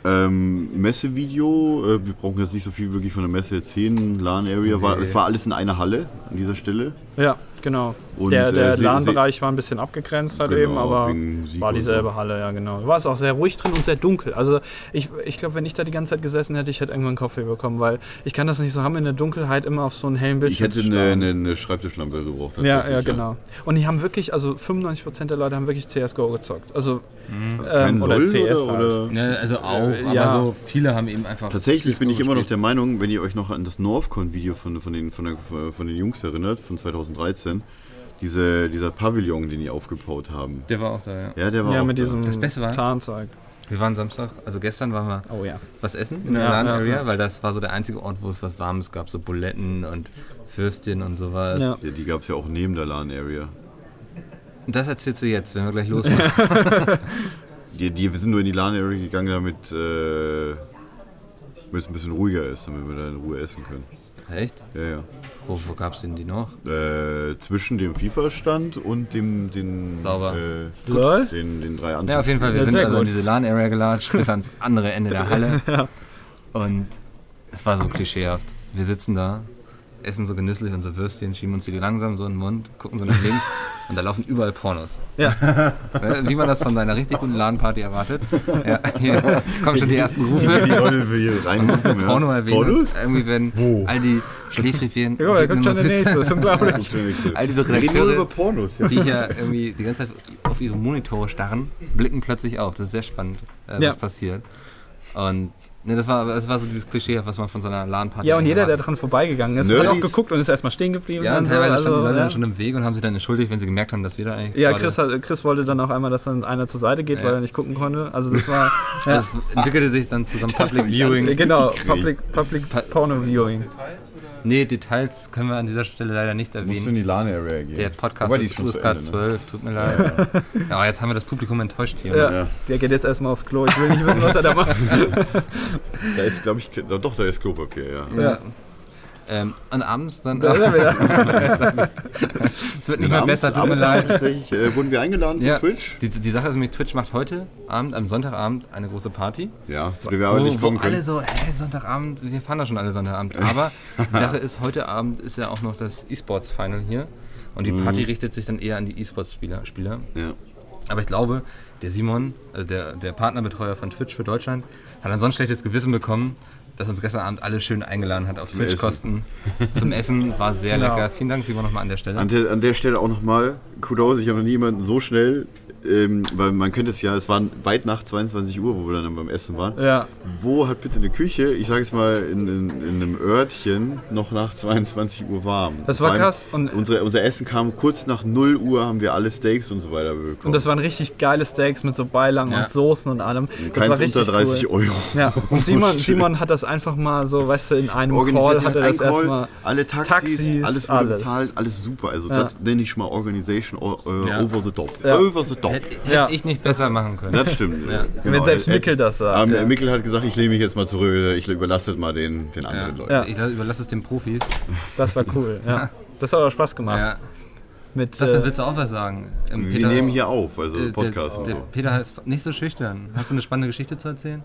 E: Ähm, Messevideo, äh, wir brauchen jetzt nicht so viel wirklich von der Messe erzählen. LAN-Area, war, es war alles in einer Halle an dieser Stelle.
F: Ja, genau.
E: Und,
F: der
E: äh,
F: der
E: sie-
F: LAN-Bereich war ein bisschen abgegrenzt halt
E: Genau,
F: eben, aber
E: wegen Musik
F: war
E: und
F: dieselbe Halle, ja genau. War es auch sehr ruhig drin und sehr dunkel. Also ich, ich glaube, wenn ich da die ganze Zeit gesessen hätte, ich hätte irgendwann Kopfweh bekommen, weil ich kann das nicht so haben, in der Dunkelheit immer auf so einen hellen
E: Ich
F: Bildschirm
E: hätte
F: zu
E: eine,
F: starren.
E: eine, eine Schreibtischlampe gebraucht.
F: Ja,
E: tatsächlich,
F: ja, genau. Und die haben wirklich, also 95% der Leute haben wirklich CSGO gezockt. Also,
B: Hm.
E: Kein
F: ähm, oder
E: LOL
F: CS halt.
E: oder?
B: Ne, also auch,
F: Äh,
B: aber
F: ja.
B: so viele haben eben einfach.
E: Tatsächlich bin ich immer noch
B: gespielt.
E: der Meinung, wenn ihr euch noch an das Northcon-Video von, von, den, von, der, von den Jungs erinnert, von 2013, diese, dieser Pavillon, den die aufgebaut haben.
B: Der war auch da, ja.
E: Ja, der war
F: halt. Ja,
E: auch
F: mit
E: da.
F: diesem
B: Das Beste war-
F: Tarnzeug.
B: Wir waren Samstag, also gestern waren wir
F: Oh ja.
B: was essen in
F: Ja,
B: der Laden
F: ja,
B: Area,
F: ja.
B: weil das war so der einzige Ort, wo es was Warmes gab, so Buletten und Würstchen und sowas.
F: Ja.
E: Ja, die gab es ja auch neben der LAN-Area.
B: Und das erzählst du jetzt, wenn wir gleich losfahren.
E: Die, die, wir sind nur in die LAN-Area gegangen, damit äh, damit es ein bisschen ruhiger ist, damit wir da in Ruhe essen können.
B: Echt?
E: Ja, ja.
B: Wo, wo gab's denn die noch?
E: Äh, zwischen dem FIFA-Stand und dem den,
B: Sauber.
E: Äh,
F: Lol.
E: den, den drei anderen.
B: Ja, auf jeden Fall, wir
F: Ja,
B: sind
F: sehr
B: also in
F: gut.
B: diese LAN-Area gelatscht, bis ans andere Ende der Halle. Und es war so klischeehaft. Wir sitzen da, essen so genüsslich unsere Würstchen, schieben uns die langsam so in den Mund, gucken so nach links und da laufen überall Pornos.
F: Ja.
B: Ne, Wie man das von seiner richtig guten LAN-Party erwartet. Ja, hier kommen schon die ersten Rufe.
E: Die Leute, die hier rein mussten. Ja.
B: Porno erwähnen.
E: Pornos?
B: und Irgendwie werden
E: Wo?
B: all die Schläfrifieren.
F: Ja, da kommt schon der nächste, ist unglaublich.
B: All diese
E: Wir reden nur über
B: Redakteure,
E: Pornos. Ja.
B: die hier irgendwie die ganze Zeit auf ihre Monitore starren, blicken plötzlich auf. Das ist sehr spannend, äh,
F: Ja.
B: was passiert. Und ne, das, war, das war so dieses Klischee, was man von so einer LAN-Party
F: Ja, und jeder, der
B: erwartet.
F: dran vorbeigegangen ist, hat
E: Nerdies.
F: auch geguckt und ist erstmal stehen geblieben.
B: Ja,
F: und
B: und
F: so, Also,
B: teilweise standen die Leute
F: ja.
B: dann schon im Weg und haben sie dann entschuldigt, wenn sie gemerkt haben, dass wir da eigentlich.
F: Ja,
B: gerade-
F: Chris, hat, Chris wollte dann auch einmal, dass dann einer zur Seite geht,
B: Ja.
F: weil er nicht gucken konnte. Also das war, ja,
B: Das entwickelte sich dann zu so einem Public Viewing.
F: genau, Public, Public
B: Pa-
F: Porno Viewing.
B: Nee, Details können wir an dieser Stelle leider nicht
E: Musst du in
B: erwähnen.
E: die LAN-Area gehen.
B: Der Podcast
E: Wobei, die
B: ist
E: schon zu
B: USK
E: Ende, ne?
B: 12, tut mir leid. Ja, aber jetzt haben wir das Publikum enttäuscht hier.
F: Ja,
E: Ja.
F: Der geht jetzt erstmal aufs Klo. Ich will nicht wissen, was er da macht.
E: Da ist, glaube ich, ke- doch, da ist Klopapier, ja.
F: Ja.
B: Ähm, und abends dann.
F: Da ist er wieder.
B: es wird nicht mehr besser, tut mir
E: abends
B: leid.
E: tatsächlich, äh, wurden wir eingeladen
B: Ja.
E: von Twitch.
B: Die, die Sache ist nämlich, Twitch macht heute Abend, am Sonntagabend, eine große Party.
E: Ja, zu der wir aber nicht kommen
B: alle
E: können.
B: so, hä, Sonntagabend, wir fahren da schon alle Sonntagabend. Aber die Sache ist, heute Abend ist ja auch noch das E-Sports-Final hier. Und
E: Mhm.
B: die Party richtet sich dann eher an die E-Sports-Spieler. Spieler.
E: Ja.
B: Aber ich glaube, der Simon, also der, der Partnerbetreuer von Twitch für Deutschland, hat dann so ein schlechtes Gewissen bekommen, dass uns gestern Abend alle schön eingeladen hat auf
E: Essen.
B: Twitch-Kosten. Zum Essen war sehr lecker. Vielen Dank, Simon, nochmal an der Stelle.
E: An der, an der Stelle auch nochmal, Kudos, ich habe noch nie jemanden so schnell, ähm, weil man könnte es ja, es war weit nach 22 Uhr, wo wir dann beim Essen waren.
F: Ja.
E: Wo hat bitte eine Küche, ich sage es mal, in, in, in einem Örtchen noch nach 22 Uhr warm?
F: Das war
E: Vor allem,
F: krass. Und,
E: Unsere, unser Essen kam kurz nach 0 Uhr, haben wir alle Steaks und so weiter bekommen.
F: und das waren richtig geile Steaks mit so Beilagen
B: Ja.
F: und Soßen und allem. Das
E: Keins
F: war richtig
E: unter 30
F: cool.
E: Euro.
F: Ja, und Simon,
E: Schön.
F: Simon hat das einfach mal so, weißt du, in einem Call hat er das
E: ein Call,
F: erstmal.
E: alle Taxis,
F: Taxis,
E: alles wurde
F: alles.
E: bezahlt, alles super. Also
F: Ja.
E: das nenne ich mal Organisation o- äh,
B: Ja.
E: over the top.
F: Ja.
E: Over the top.
B: Hätte, hätte
F: Ja.
B: ich nicht besser machen können.
E: Das stimmt. Ja.
F: Wenn selbst Mikkel das sagt.
E: Genau, Ähm,
F: ja.
E: Mikkel hat gesagt, ich lehne mich jetzt mal zurück, ich überlasse das mal den, den anderen Leuten.
F: Ja.
B: Ich überlasse es den Profis.
F: Das war cool, ja. Das hat auch Spaß gemacht.
B: Ja.
F: Mit,
B: Das
F: äh,
B: willst du auch was sagen. Ähm,
E: Wir
F: Genau.
B: Peter-
E: nehmen hier auf, also
B: äh,
E: Podcast
B: Der,
E: und
B: der
E: so.
B: Peter ist nicht so schüchtern. Hast du eine spannende Geschichte zu erzählen?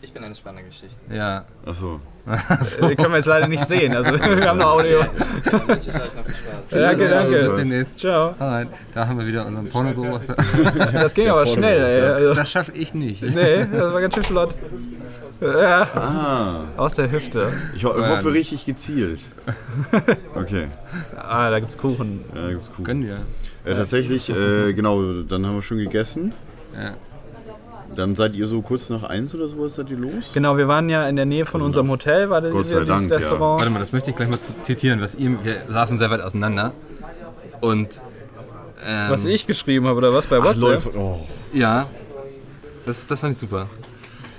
I: Ich bin eine spannende Geschichte.
B: Ja.
E: Achso.
F: äh, können wir jetzt leider nicht sehen, also wir haben nur Audio.
I: Dann wünsche ich euch noch viel Spaß.
F: Danke,
B: Also, Bis
F: danke.
B: demnächst.
F: Ciao.
B: Alright, da haben wir wieder unseren Pornobeobachter.
F: Das ging aber schnell, ey. Also,
B: Das schaffe ich nicht.
F: nee, das war ganz schön flott. Ja,
E: Ah,
F: aus der Hüfte.
E: ich ho hoffe richtig gezielt. Okay,
F: Ah, da gibt's Kuchen.
E: ja, da gibt's Kuchen.
B: Gönn dir.
E: Äh, tatsächlich, äh, genau, dann haben wir schon gegessen.
B: Ja.
E: Dann seid ihr so kurz nach eins oder sowas, seid ihr los?
F: Genau, wir waren ja in der Nähe von unserem Hotel, war
E: Genau. Gott
F: dieses
E: sei Dank, ja.
F: Restaurant.
B: Warte mal, das möchte ich gleich mal zu- zitieren, was ihr. Wir saßen sehr weit auseinander. Und. Ähm,
F: Was ich geschrieben habe, oder was bei
E: Ach,
F: WhatsApp?
E: Leute, oh.
B: Ja. Das, das fand ich super.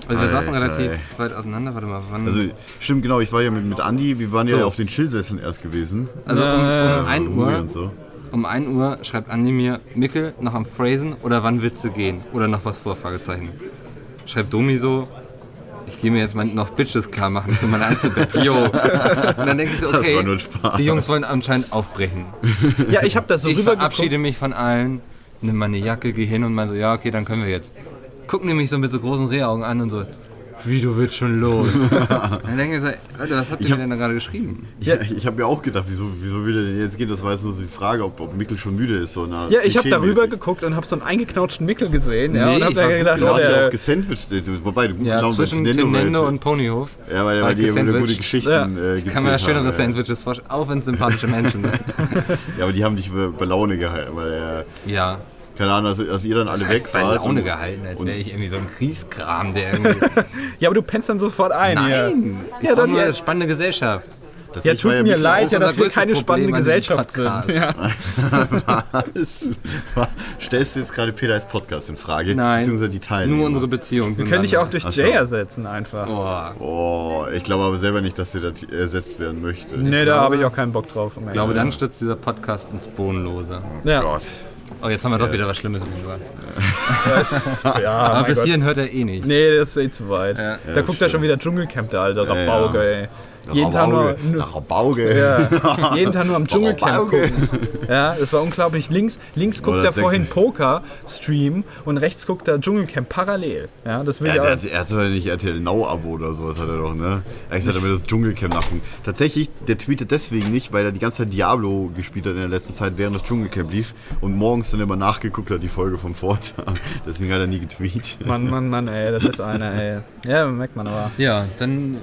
B: Weil wir
E: Alter,
B: saßen relativ
E: ey.
B: weit auseinander. Warte mal, wann.
E: Also, stimmt, genau, ich war ja mit, mit Andi, wir waren ja
B: So.
E: auf den Chillsesseln erst gewesen.
B: also um, um 1
E: Äh,
B: Uhr.
E: Und so.
B: Um 1 Uhr schreibt Andi mir, Mickel, noch am Phrasen oder wann willst du gehen? Oder noch was vor? Fragezeichen. Schreibt Domi so, ich gehe mir jetzt mal noch Bitches klar machen für mein Einzelbett. Yo. Und dann denke ich so,
E: Das war
B: okay,
E: nur ein Spaß.
B: die Jungs wollen anscheinend aufbrechen.
F: Ja, ich habe das so
B: ich
F: rübergeguckt.
B: verabschiede mich von allen, nimm meine Jacke, gehe hin und meine so, ja, okay, dann können wir jetzt. Gucken die mich so mit so großen Rehaugen an und so, wie, du willst schon los? dann denke ich so, Leute, was habt ihr
E: Ich
B: mir
E: hab-
B: denn da gerade geschrieben?
E: Ich, ich habe mir auch gedacht, wieso, wieso will er denn jetzt gehen? Das war jetzt nur die Frage, ob, ob Mikkel schon müde ist. So na,
F: Ja, ich habe da
E: klischee-mäßig.
F: rübergeguckt und habe so einen eingeknautschten Mickel gesehen. Ja,
B: Nee,
F: und habe
B: ich
F: da
B: war gut
F: gedacht,
E: Du
F: oh,
E: hast ja auch
F: der,
E: gesandwiched, äh, wobei du gut
B: Ja,
E: gelaunt
B: zwischen
E: bist,
B: Tim
E: weil-
B: Nendo und Ponyhof.
E: Ja, weil,
B: war
E: weil
B: ich
E: die immer wieder gute
B: gesandwiched.
E: Geschichten
F: Ja.
E: äh, gezählt
B: Kann man ja schönere
E: haben,
B: Sandwiches vorstellen, auch wenn es sympathische Menschen sind.
E: ja. ja, aber die haben dich bei bei Laune gehalten, weil er,
B: Ja,
E: keine Ahnung, als, als ihr dann alle weg
B: bei
E: wart.
B: Laune
E: und-
B: gehalten, als
E: und-
B: wäre ich irgendwie so ein Kriegskram, der irgendwie...
F: ja, aber du pennst dann sofort ein.
B: Nein!
F: Ja,
B: Ich
F: ja
B: ja,
F: dann,
B: nur
F: ja,
B: eine spannende Gesellschaft.
F: ja
E: tatsächlich
F: tut
E: war
F: mir
E: Mikkel
F: leid,
B: ist
F: ja,
B: unser
F: dass wir keine
B: größtes Problem
F: spannende
B: an diesem
F: Gesellschaft sind.
B: Podcast.
F: Ja.
E: Was? Stellst du jetzt gerade Peter als Podcast in Frage?
B: Nein.
E: Beziehungsweise die Teilnehmer?
B: Nur unsere Beziehung.
F: Wir können dich auch durch
E: Ach so.
F: Jay ersetzen einfach.
B: Boah, ich
E: Oh, ich glaube aber selber nicht, dass ihr das ersetzt werden Oh möchte.
F: nee, da habe ich auch keinen Bock drauf. um Ich
B: glaube, dann stürzt dieser Podcast ins Bodenlose.
F: Ja,
E: Gott.
B: Oh, jetzt haben wir doch wieder was Schlimmes im Über.
F: ja
B: Aber
F: Ah, mein
B: Ah, bis
F: Gott.
B: hierhin hört er eh nicht.
F: Nee, das ist eh zu weit. da guckt ja schon wieder Dschungelcamp, der alte Rabauge, ey. jeden Tag nur,
E: Rabauge, Nach Rabauge.
F: ja, jeden Tag nur am Dschungelcamp
E: Rabauge.
F: gucken. Ja, das war unglaublich. Links, links guckt
E: Oder
F: er
E: sechs-
F: vorhin Poker-Stream und rechts guckt er Dschungelcamp parallel. Ja, das will
E: Ja,
F: ja,
E: der, der hat doch nicht RTL Now-Abo oder sowas, hat er doch, ne? Eigentlich hat er mir das Dschungelcamp nachgucken. Tatsächlich, der tweetet deswegen nicht, weil er die ganze Zeit Diablo gespielt hat in der letzten Zeit, während das Dschungelcamp lief und morgens dann immer nachgeguckt hat, die Folge vom Vortag. Deswegen hat er nie getweet.
F: Mann, Mann, Mann, ey, das ist einer, ey. Ja, merkt man aber.
B: Ja, dann.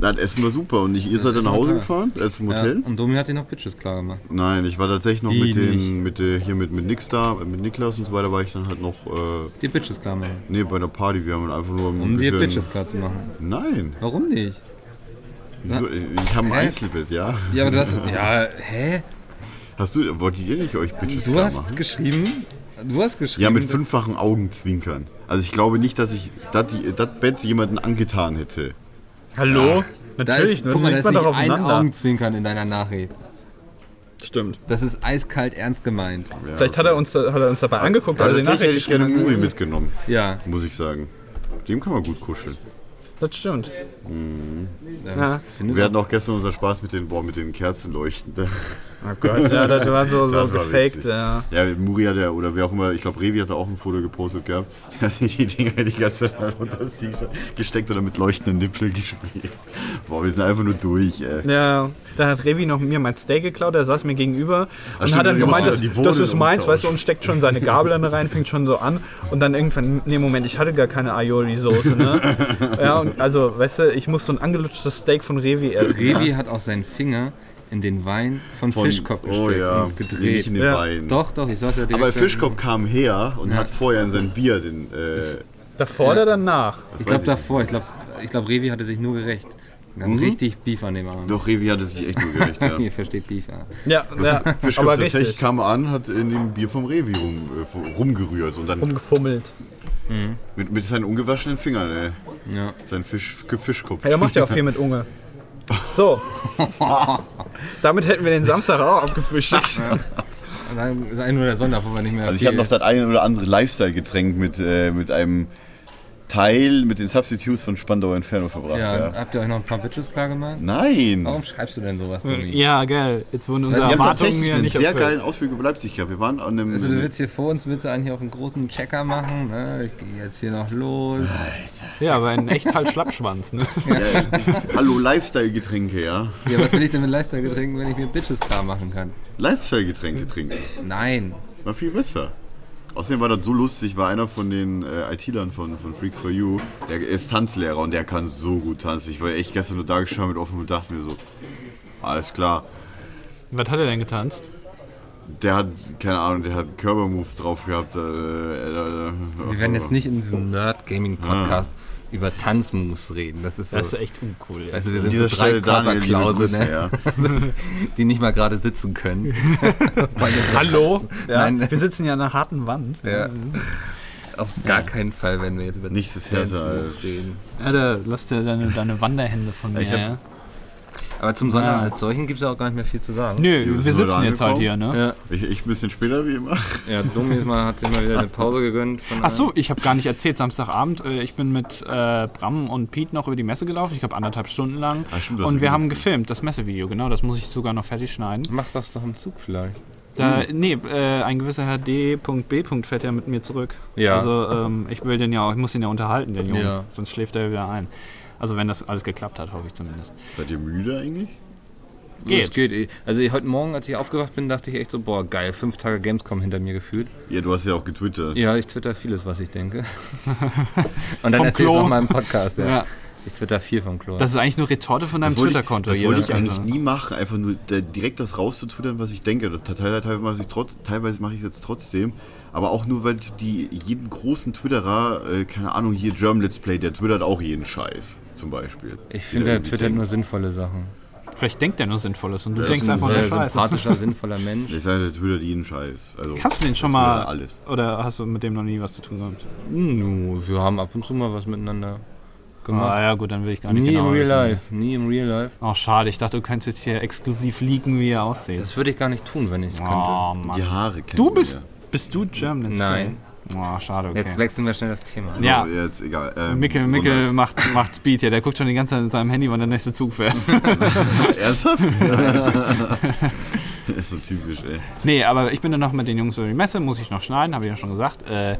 E: Das Essen war super und ich, ihr seid dann nach Hause gefahren? Erst im
B: Ja,
E: Hotel?
B: und Domi hat sich noch Bitches klar gemacht.
E: Nein, ich war tatsächlich noch
B: Wie
E: mit
B: nicht?
E: den, mit der, hier mit, mit Nix da, mit Niklas und so weiter, war ich dann halt noch, äh,
B: Dir Bitches klar machen.
E: nee, bei einer Party. Wir haben halt einfach nur ein
B: Um dir
E: bisschen-
B: Bitches klar zu machen.
E: Nein,
B: Warum nicht?
E: wieso? ich, ich habe ein
B: Hä?
E: Einzelbett, ja.
B: Ja, aber du hast. Ja, hä?
E: Hast du, wolltet ihr nicht euch Bitches
B: Du
E: klar
B: hast
E: machen?
B: geschrieben. Du hast geschrieben.
E: Ja, mit fünffachen Augenzwinkern. Also ich glaube nicht, dass ich das das Bett jemanden angetan hätte.
F: Hallo?
B: Da ist,
F: Natürlich,
B: guck mal, da
F: liegt
B: ist
F: man
B: nicht
F: doch
B: ein
F: aufeinander.
B: Augenzwinkern in deiner Nachricht.
F: Stimmt.
B: Das ist eiskalt ernst gemeint.
F: Vielleicht hat er uns, hat er uns dabei angeguckt, weil er
E: Also
F: die
E: tatsächlich hätte
F: Nachricht
E: ich gerne Muri
B: ne?
E: mitgenommen,
B: Ja,
E: muss ich sagen. Dem kann man gut kuscheln.
F: Das stimmt.
B: ja. findet
E: Wir hatten auch gestern unseren Spaß mit den, boah, mit den ne? Kerzenleuchten.
F: Oh Gott, ja, das war so, so
E: Das war
F: gefaked,
E: witzig.
F: ja.
E: Ja, Muri hat ja, oder wer auch immer, ich glaube, Revi hat da auch ein Foto gepostet gehabt. Da sind die Dinger die ganze Zeit unter das T-Shirt gesteckt oder mit leuchtenden Nippeln gespielt. Boah, wir sind einfach nur durch, ey.
F: Ja, dann hat Revi noch mir mein Steak geklaut, er saß mir gegenüber und
E: stimmt,
F: hat dann
E: die
F: gemeint, das,
E: mussten ja die
F: das
E: Wohnung
F: ist meins,
E: umtauschen.
F: weißt du, und steckt schon seine Gabel dann rein, fängt schon so an und dann irgendwann, nee, Moment, ich hatte gar keine Aioli-Soße, ne? ja, und also, weißt du, ich muss so ein angelutschtes Steak von Revi essen. ne?
B: Revi hat auch seinen Finger in den Wein von,
E: Von-
B: Fischkopf gesteckt
E: oh ja,
B: und
E: Nee,
B: gedreht.
E: nicht in den
F: Ja,
E: Beinen.
B: Doch, doch, ich saß ja direkt.
E: Aber
B: da-
E: Fischkopf kam her und hat vorher in sein Bier den. Äh,
F: Davor oder danach?
B: Ich glaube
E: weiß
B: davor, ich glaube, ich glaub, Revi hatte sich nur gerecht. Wir haben richtig Beef an dem Arm.
E: Doch, Revi hatte sich echt nur gerecht. Ja.
B: Ihr versteht Beef, ja.
F: Ja, ja,
E: Fischkopf
F: aber
E: tatsächlich
F: richtig.
E: kam an, hat in dem Bier vom Revi rum, äh, vom- rumgerührt und dann
F: Rumgefummelt.
E: mit, mit seinen ungewaschenen Fingern, ey.
B: ja.
E: Sein Fisch, Fischkopf.
F: Ja, der macht ja auch viel mit Unge. So. Damit hätten wir den Samstag auch abgefrühstückt.
B: Und dann ist ein nur der Sonntag, wo wir nicht mehr
E: Also ich habe noch das eine oder andere Lifestyle-Getränk mit, äh, mit einem Teil mit den Substitutes von Spandau Inferno verbracht.
B: ja,
E: Ja. Oh,
B: Habt ihr euch noch ein paar Bitches klar gemacht?
E: Nein!
B: Warum schreibst du denn sowas, Domi?
F: Ja, geil. Jetzt wurden unsere
E: Wir haben
F: Erwartungen
E: Also, tatsächlich
F: ja
E: einen
F: nicht
E: sehr
F: erfüllt.
E: geilen Ausblick über Leipzig gehabt. Wir waren an einem...
B: Also du willst hier vor uns, willst du einen hier auf einen großen Checker machen, ne? Ich gehe jetzt hier noch los.
F: Ja, aber in echt halt Schlappschwanz, ne?
E: Hallo, Lifestyle-Getränke, ja?
B: Ja, was will ich denn mit Lifestyle trinken, wenn ich mir Bitches klar machen kann?
E: Lifestyle-Getränke trinken.
B: Nein.
E: War viel besser. Außerdem war das so lustig, war einer von den äh, IT-Lern von, von Freaks for You, der ist Tanzlehrer und der kann so gut tanzen. Ich war echt gestern nur da geschaut mit offen und dachte mir so, alles klar.
F: Was hat er denn getanzt?
E: Der hat, keine Ahnung, der hat Körpermoves drauf gehabt. Äh, äh, äh,
B: Wir werden jetzt nicht in diesem Nerd-Gaming-Podcast über Tanzmoves reden. Ah. Das ist so.
I: Das ist echt uncool.
B: Weißt du, wir
E: An
B: sind so
E: dieser
B: drei
E: Stelle Daniel, liebe Grüße,
B: Körperklause, ne?
E: ja.
B: die nicht mal gerade sitzen können. Weil wir-
F: Hallo? Ja,
B: Nein.
F: wir sitzen ja an einer harten Wand.
B: ja. Auf gar keinen Fall, wenn wir jetzt über
E: Nichts ist
B: Dance
E: härter
B: Moves
E: als-
B: reden.
I: Alter, lass dir deine, deine Wanderhände von mir.
E: Ich hab-
I: ja.
B: Aber zum Sonntag als solchen gibt es ja auch gar nicht mehr viel zu sagen.
I: Nö,
E: sind
I: wir
E: wir da
I: sitzen jetzt halt
E: angekommen?
I: hier, ne?
B: Ja,
E: Ich, ich ein bisschen später wie immer.
B: ja Domi ist mal, hat sich mal wieder eine Pause gegönnt. von
I: Ach so, ich habe gar nicht erzählt, Samstagabend, äh, ich bin mit äh, Bram und Pete noch über die Messe gelaufen, ich glaube anderthalb Stunden lang.
E: Ah, stimmt, das
I: und
E: ist
I: wir
E: gut.
I: haben gefilmt, das Messevideo, genau, das muss ich sogar noch fertig schneiden.
B: Mach das doch im Zug vielleicht.
I: Da,
E: Mhm.
I: nee, äh, ein gewisser Herr D.B. fährt ja mit mir zurück.
B: Ja.
I: Also ähm, ich will den ja auch, ich muss ihn ja unterhalten, den Jungen,
B: Ja.
I: sonst schläft er wieder ein. Also wenn das alles geklappt hat, hoffe ich zumindest.
E: Seid ihr müde eigentlich?
B: Das geht. Also ich, heute Morgen, als ich aufgewacht bin, dachte ich echt so, boah, geil, fünf Tage Gamescom hinter mir gefühlt.
E: Ja, du hast ja auch getwittert.
B: Ja, ich twitter vieles, was ich denke. Und dann
I: Vom
B: erzähl ich
I: Klo.
B: auch mal im Podcast. Ja.
I: Ja.
B: Ich twitter viel vom Klo.
I: Das ist eigentlich nur Retorte von deinem
E: Das wollte ich-
I: Twitter-Konto.
E: Das
I: hier,
E: wollte
I: das
E: ich eigentlich
F: also.
I: Ganze.
E: nie machen, einfach nur da, direkt das rauszutwittern, was ich denke. Das Teil- Teilweise mache ich trotz, teilweise mache ich es jetzt trotzdem, aber auch nur, weil die jeden großen Twitterer, äh, keine Ahnung, hier German Let's Play, der twittert auch jeden Scheiß, zum Beispiel.
B: ich finde,
E: Der
B: er twittert
E: irgendwie
B: nur sinnvolle Sachen.
I: Vielleicht denkt er nur Sinnvolles und du
E: Ja, das
I: denkst
E: ist ein
I: einfach nur
B: Sehr
I: Scheiße.
B: sympathischer, sinnvoller Mensch.
E: Ich sage, der twittert jeden Scheiß. Also,
I: Hast du den schon
E: der twittert
I: mal,
E: Alles.
I: oder hast du mit dem noch nie was zu tun gehabt?
B: Nu, Hm, wir haben ab und zu mal was miteinander
I: Ah
B: gemacht.
I: ja gut, dann will ich gar nicht
B: nie
I: genau
B: im Real
I: wissen.
B: Life. Nie im Real Life.
I: Oh, schade. Ich dachte, du könntest jetzt hier exklusiv leaken, wie er aussieht.
B: Das würde ich gar nicht tun, wenn ich es könnte.
I: oh, Mann.
E: Die Haare kennen
I: Du
E: wir
I: bist...
E: ja.
I: Bist du German? Let's
B: Nein.
I: Play?
F: Oh, schade, okay.
B: Jetzt wechseln wir schnell das Thema.
E: So,
F: ja,
E: Jetzt, egal. Ähm,
F: Mickel,
E: Sonntag.
F: Mickel macht, macht Speed hier. Der guckt schon die ganze Zeit in seinem Handy, wann der nächste Zug fährt.
E: Ernsthaft? ist so typisch, ey.
F: Nee, aber ich bin dann noch mit den Jungs über die Messe, muss ich noch schneiden, habe ich ja schon gesagt. Äh,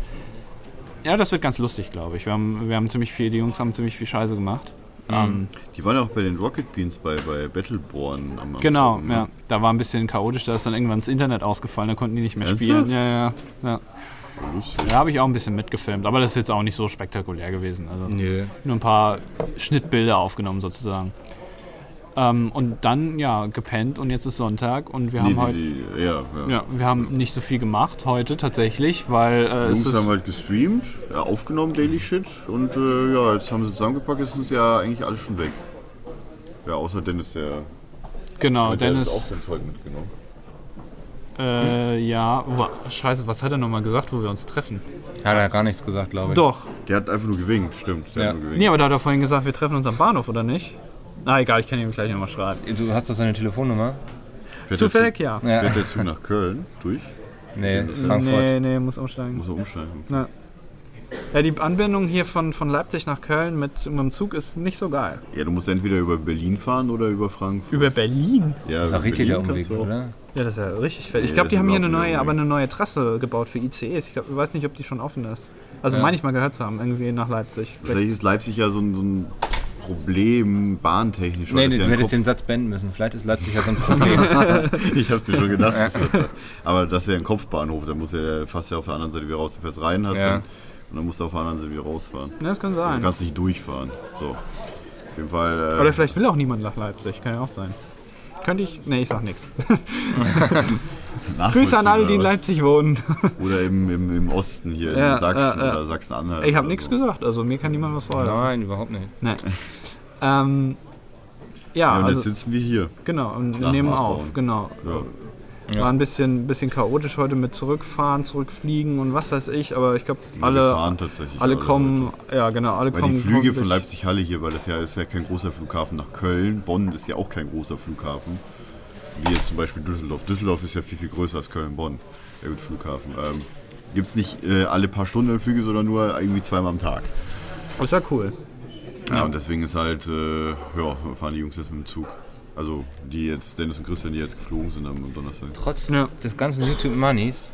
F: ja, das wird ganz lustig, glaube ich. Wir haben, wir haben ziemlich viel, die Jungs haben ziemlich viel Scheiße gemacht.
E: Mhm.
F: Ähm,
E: Die waren ja auch bei den Rocket Beans bei, bei Battleborn am am
F: genau,
E: Zocken, ne?
F: ja. Da war ein bisschen chaotisch, da ist dann irgendwann das Internet ausgefallen, da konnten die nicht mehr
E: Ernsthaft?
F: spielen. Ja, ja, ja.
E: Lustig.
F: Da habe ich auch ein bisschen mitgefilmt, aber das ist jetzt auch nicht so spektakulär gewesen. Also
B: Nö.
F: nur ein paar Schnittbilder aufgenommen sozusagen. Ähm, und dann, ja, gepennt und jetzt ist Sonntag und wir haben
E: Nee,
F: heute.
E: die, die, ja, ja.
F: Ja, wir haben nicht so viel gemacht heute tatsächlich, weil äh, es
E: Jungs
F: ist.
E: haben halt gestreamt, ja, aufgenommen, Daily Shit. Und äh, ja, jetzt haben sie zusammengepackt, jetzt sind sie ja eigentlich alle schon weg. Ja, außer Dennis, der,
F: Genau,
E: der hat auch
F: Dennis.
E: sein Zeug mitgenommen.
F: Äh, ja. Wa- scheiße, was hat er nochmal gesagt, wo wir uns treffen?
B: Hat er gar nichts gesagt, glaube ich.
F: Doch.
E: Der hat einfach nur gewinkt, stimmt. Der
B: Ja.
E: hat nur gewinkt.
F: Nee, aber da hat er vorhin gesagt, wir treffen uns am Bahnhof, oder nicht? Na egal, ich kann ihm gleich nochmal schreiben.
B: Du hast doch seine Telefonnummer?
E: fährt der
F: Zufällig,
E: Zug-
F: ja.
B: Ja.
E: Fährt der Zug nach Köln durch?
B: Nee,
F: Nee,
B: Frankfurt.
F: nee, muss umsteigen.
E: Muss er umsteigen.
F: Ja, die Anbindung hier von, von Leipzig nach Köln mit, mit dem Zug ist nicht so geil.
E: Ja, du musst entweder über Berlin fahren oder über Frankfurt.
F: Über Berlin?
E: Ja,
B: Das ist
E: über
B: auch richtig der
E: Berlin
B: Umweg,
E: kannst du auch-
B: oder?
F: Ja, das ist ja richtig fett. Ich
E: Nee,
F: glaube,
E: das
F: die
E: ist
F: haben hier eine
E: überhaupt
F: neue,
E: nicht
F: aber eine neue Trasse gebaut für ICEs. Ich, glaub, ich weiß nicht, ob die schon offen ist. Also
B: Ja.
F: meine ich mal gehört zu haben, irgendwie nach Leipzig.
E: Tatsächlich ist Leipzig ja so ein, so ein Problem bahntechnisch. weil
B: Nee,
E: das
B: nee, du
E: ja ein
B: hättest
E: Kopf-
B: den Satz beenden müssen. Vielleicht ist Leipzig ja so ein Problem.
E: ich hab's mir schon gedacht, dass du das hast. Aber das ist ja ein Kopfbahnhof, da muss ja, der- fährst ja auf der anderen Seite wieder raus. Du fährst rein, hast
B: Ja.
E: dann, und dann musst du auf der anderen Seite wieder rausfahren.
F: Ne, das kann
E: Du
F: sein.
E: kannst nicht durchfahren. So. Auf jeden Fall. Äh,
F: Oder vielleicht will auch niemand nach Leipzig, kann ja auch sein. Könnte ich? Nee, ich sag nichts. Grüße an alle, die in
E: nachvollziehbar.
F: Leipzig wohnen.
E: Oder im, im, im Osten hier
F: Ja,
E: in Sachsen
F: äh, äh.
E: oder Sachsen-Anhalt.
F: Ich habe
E: oder
F: nichts
E: so.
F: gesagt, also mir kann niemand was vorhalten.
B: Nein, überhaupt nicht.
F: Nee. Ähm, ja,
E: Ja, und jetzt
F: also
E: sitzen wir hier.
F: genau, und
E: Nach
F: nehmen
E: dem
F: auf,
E: Abbauen.
F: genau.
E: Ja.
F: War ein bisschen, bisschen chaotisch heute mit zurückfahren, zurückfliegen und was weiß ich, aber ich glaube,
E: wir
F: alle,
E: fahren tatsächlich.
F: alle
E: alle
F: kommen, ja genau, alle
E: Weil
F: kommen.
E: die Flüge
F: wirklich-
E: von Leipzig-Halle hier, weil das ja ist ja kein großer Flughafen nach Köln. Bonn ist ja auch kein großer Flughafen. Wie jetzt zum Beispiel Düsseldorf. Düsseldorf ist ja viel, viel größer als Köln-Bonn. Ja gut, Flughafen. Ähm, Gibt es nicht äh, alle paar Stunden Flüge, sondern nur irgendwie zweimal am Tag.
F: Ist ja cool.
E: Ja, und deswegen ist halt, äh, ja, fahren die Jungs jetzt mit dem Zug. Also die jetzt, Dennis und Christian, die jetzt geflogen sind am Donnerstag.
B: Trotz
F: Ja.
B: des ganzen YouTube-Moneys.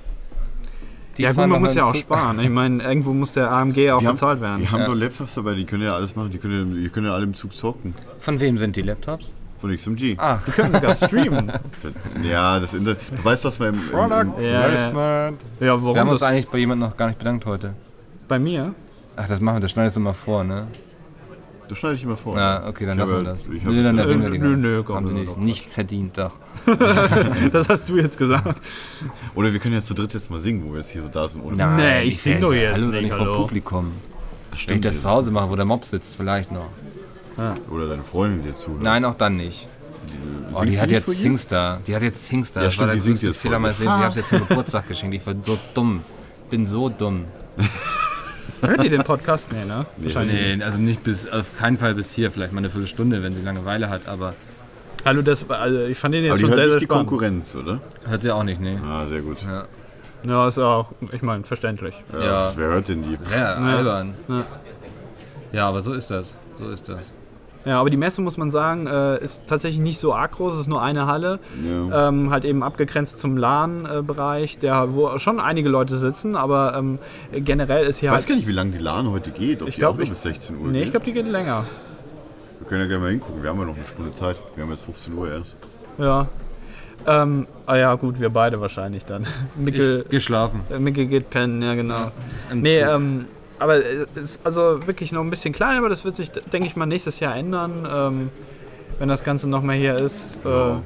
B: Die
F: ja gut,
B: fahren halt
F: man muss
B: nochmal
F: ja auch
B: zurück.
F: sparen. Ich meine, irgendwo muss der AMG auch
E: Wir haben-
F: bezahlt werden.
E: Wir haben doch Laptops dabei, die können ja alles machen. Die können ja, die können ja alle im Zug zocken.
B: Von wem sind die Laptops?
E: Von XMG.
B: Ach,
F: Wir können sogar streamen.
E: Das, ja, das Internet. Du weißt, dass man im, im, im,
F: Ja,
B: very
F: ja.
B: smart.
F: ja,
B: Wir
F: warum
B: haben uns
F: das
B: eigentlich bei jemandem noch gar nicht bedankt heute.
F: bei mir?
B: Ach, das machen wir, das schneidest du mal vor, ne?
E: Das schneide ich immer vor.
B: Na, okay, dann
E: Ich
B: lassen wir
E: habe-
B: das.
E: ich
B: Nö, dann
E: habe-
B: erwähnen wir die.
F: Nö,
B: gar
F: nö,
B: nicht.
F: komm,
B: Haben sie
F: das
B: nicht,
F: ist
B: nicht verdient, doch.
F: Das hast du jetzt gesagt.
E: Oder wir können jetzt zu dritt jetzt mal singen, wo wir jetzt hier so da sind. Ohne
B: Nein,
F: Nee, ich
B: nicht
F: sing
B: der-
F: doch jetzt
B: Hallo,
F: nicht,
B: nicht vom
F: hallo.
B: Publikum. Wenn ich das zu Hause mache, wo der Mob sitzt, vielleicht noch.
E: Oder deine Freundin dir zuhört.
B: Nein, auch dann nicht. Oh, die
E: Singst du
B: hat
E: die
B: jetzt
E: vor ihr?
B: Singstar. Die hat jetzt Singstar.
E: Ja,
B: das
E: stimmt,
B: war
E: die
B: der
E: singt
B: größte
E: jetzt
B: Fehler
E: voll.
B: meines Lebens. Ich hab's jetzt zum Geburtstag geschenkt. Ich war so dumm. Bin so dumm.
F: Hört ihr den Podcast? Nee, ne? Wahrscheinlich.
B: Nee, also nicht bis, auf keinen Fall bis hier. Vielleicht mal eine Viertelstunde, wenn sie Langeweile hat. Aber
F: Hallo, das, war- also ich fand den jetzt
E: Aber die
F: schon
E: hört
F: sehr,
E: nicht
F: sehr
E: die
F: spannend.
E: Konkurrenz, oder?
B: hört sie auch nicht, ne?
E: Ah, sehr gut.
B: Ja.
F: Ja, ist auch, ich meine, verständlich.
E: Ja.
B: Ja.
E: Wer hört denn die?
B: Ja, albern. Ja. aber so ist das. So ist das.
F: Ja, aber die Messe, muss man sagen, äh, ist tatsächlich nicht so arg groß, es ist nur eine Halle.
E: Ja.
F: Ähm, halt eben abgegrenzt zum LAN-Bereich, der wo schon einige Leute sitzen, aber ähm, generell ist hier
E: Ich weiß
F: halt.
E: gar nicht, wie lange die LAN heute geht. Ob
F: Ich
E: die
F: glaub,
E: auch nur
F: ich-
E: bis 16 Uhr
F: Nee, ich
E: geht.
F: glaube, die geht länger.
E: wir können ja gerne mal hingucken. Wir haben ja noch eine Stunde Zeit. Wir haben jetzt 15 Uhr erst.
F: Ja. Ähm, ah ja, gut, wir beide wahrscheinlich dann. Mikkel,
B: Ich, geschlafen.
F: äh, Mikkel geht pennen, ja genau.
B: Im
F: Nee,
B: Zug.
F: ähm, aber es ist also wirklich noch ein bisschen klein, aber das wird sich, denke ich mal, nächstes Jahr ändern, ähm, wenn das Ganze nochmal hier ist. Äh,
E: Ja.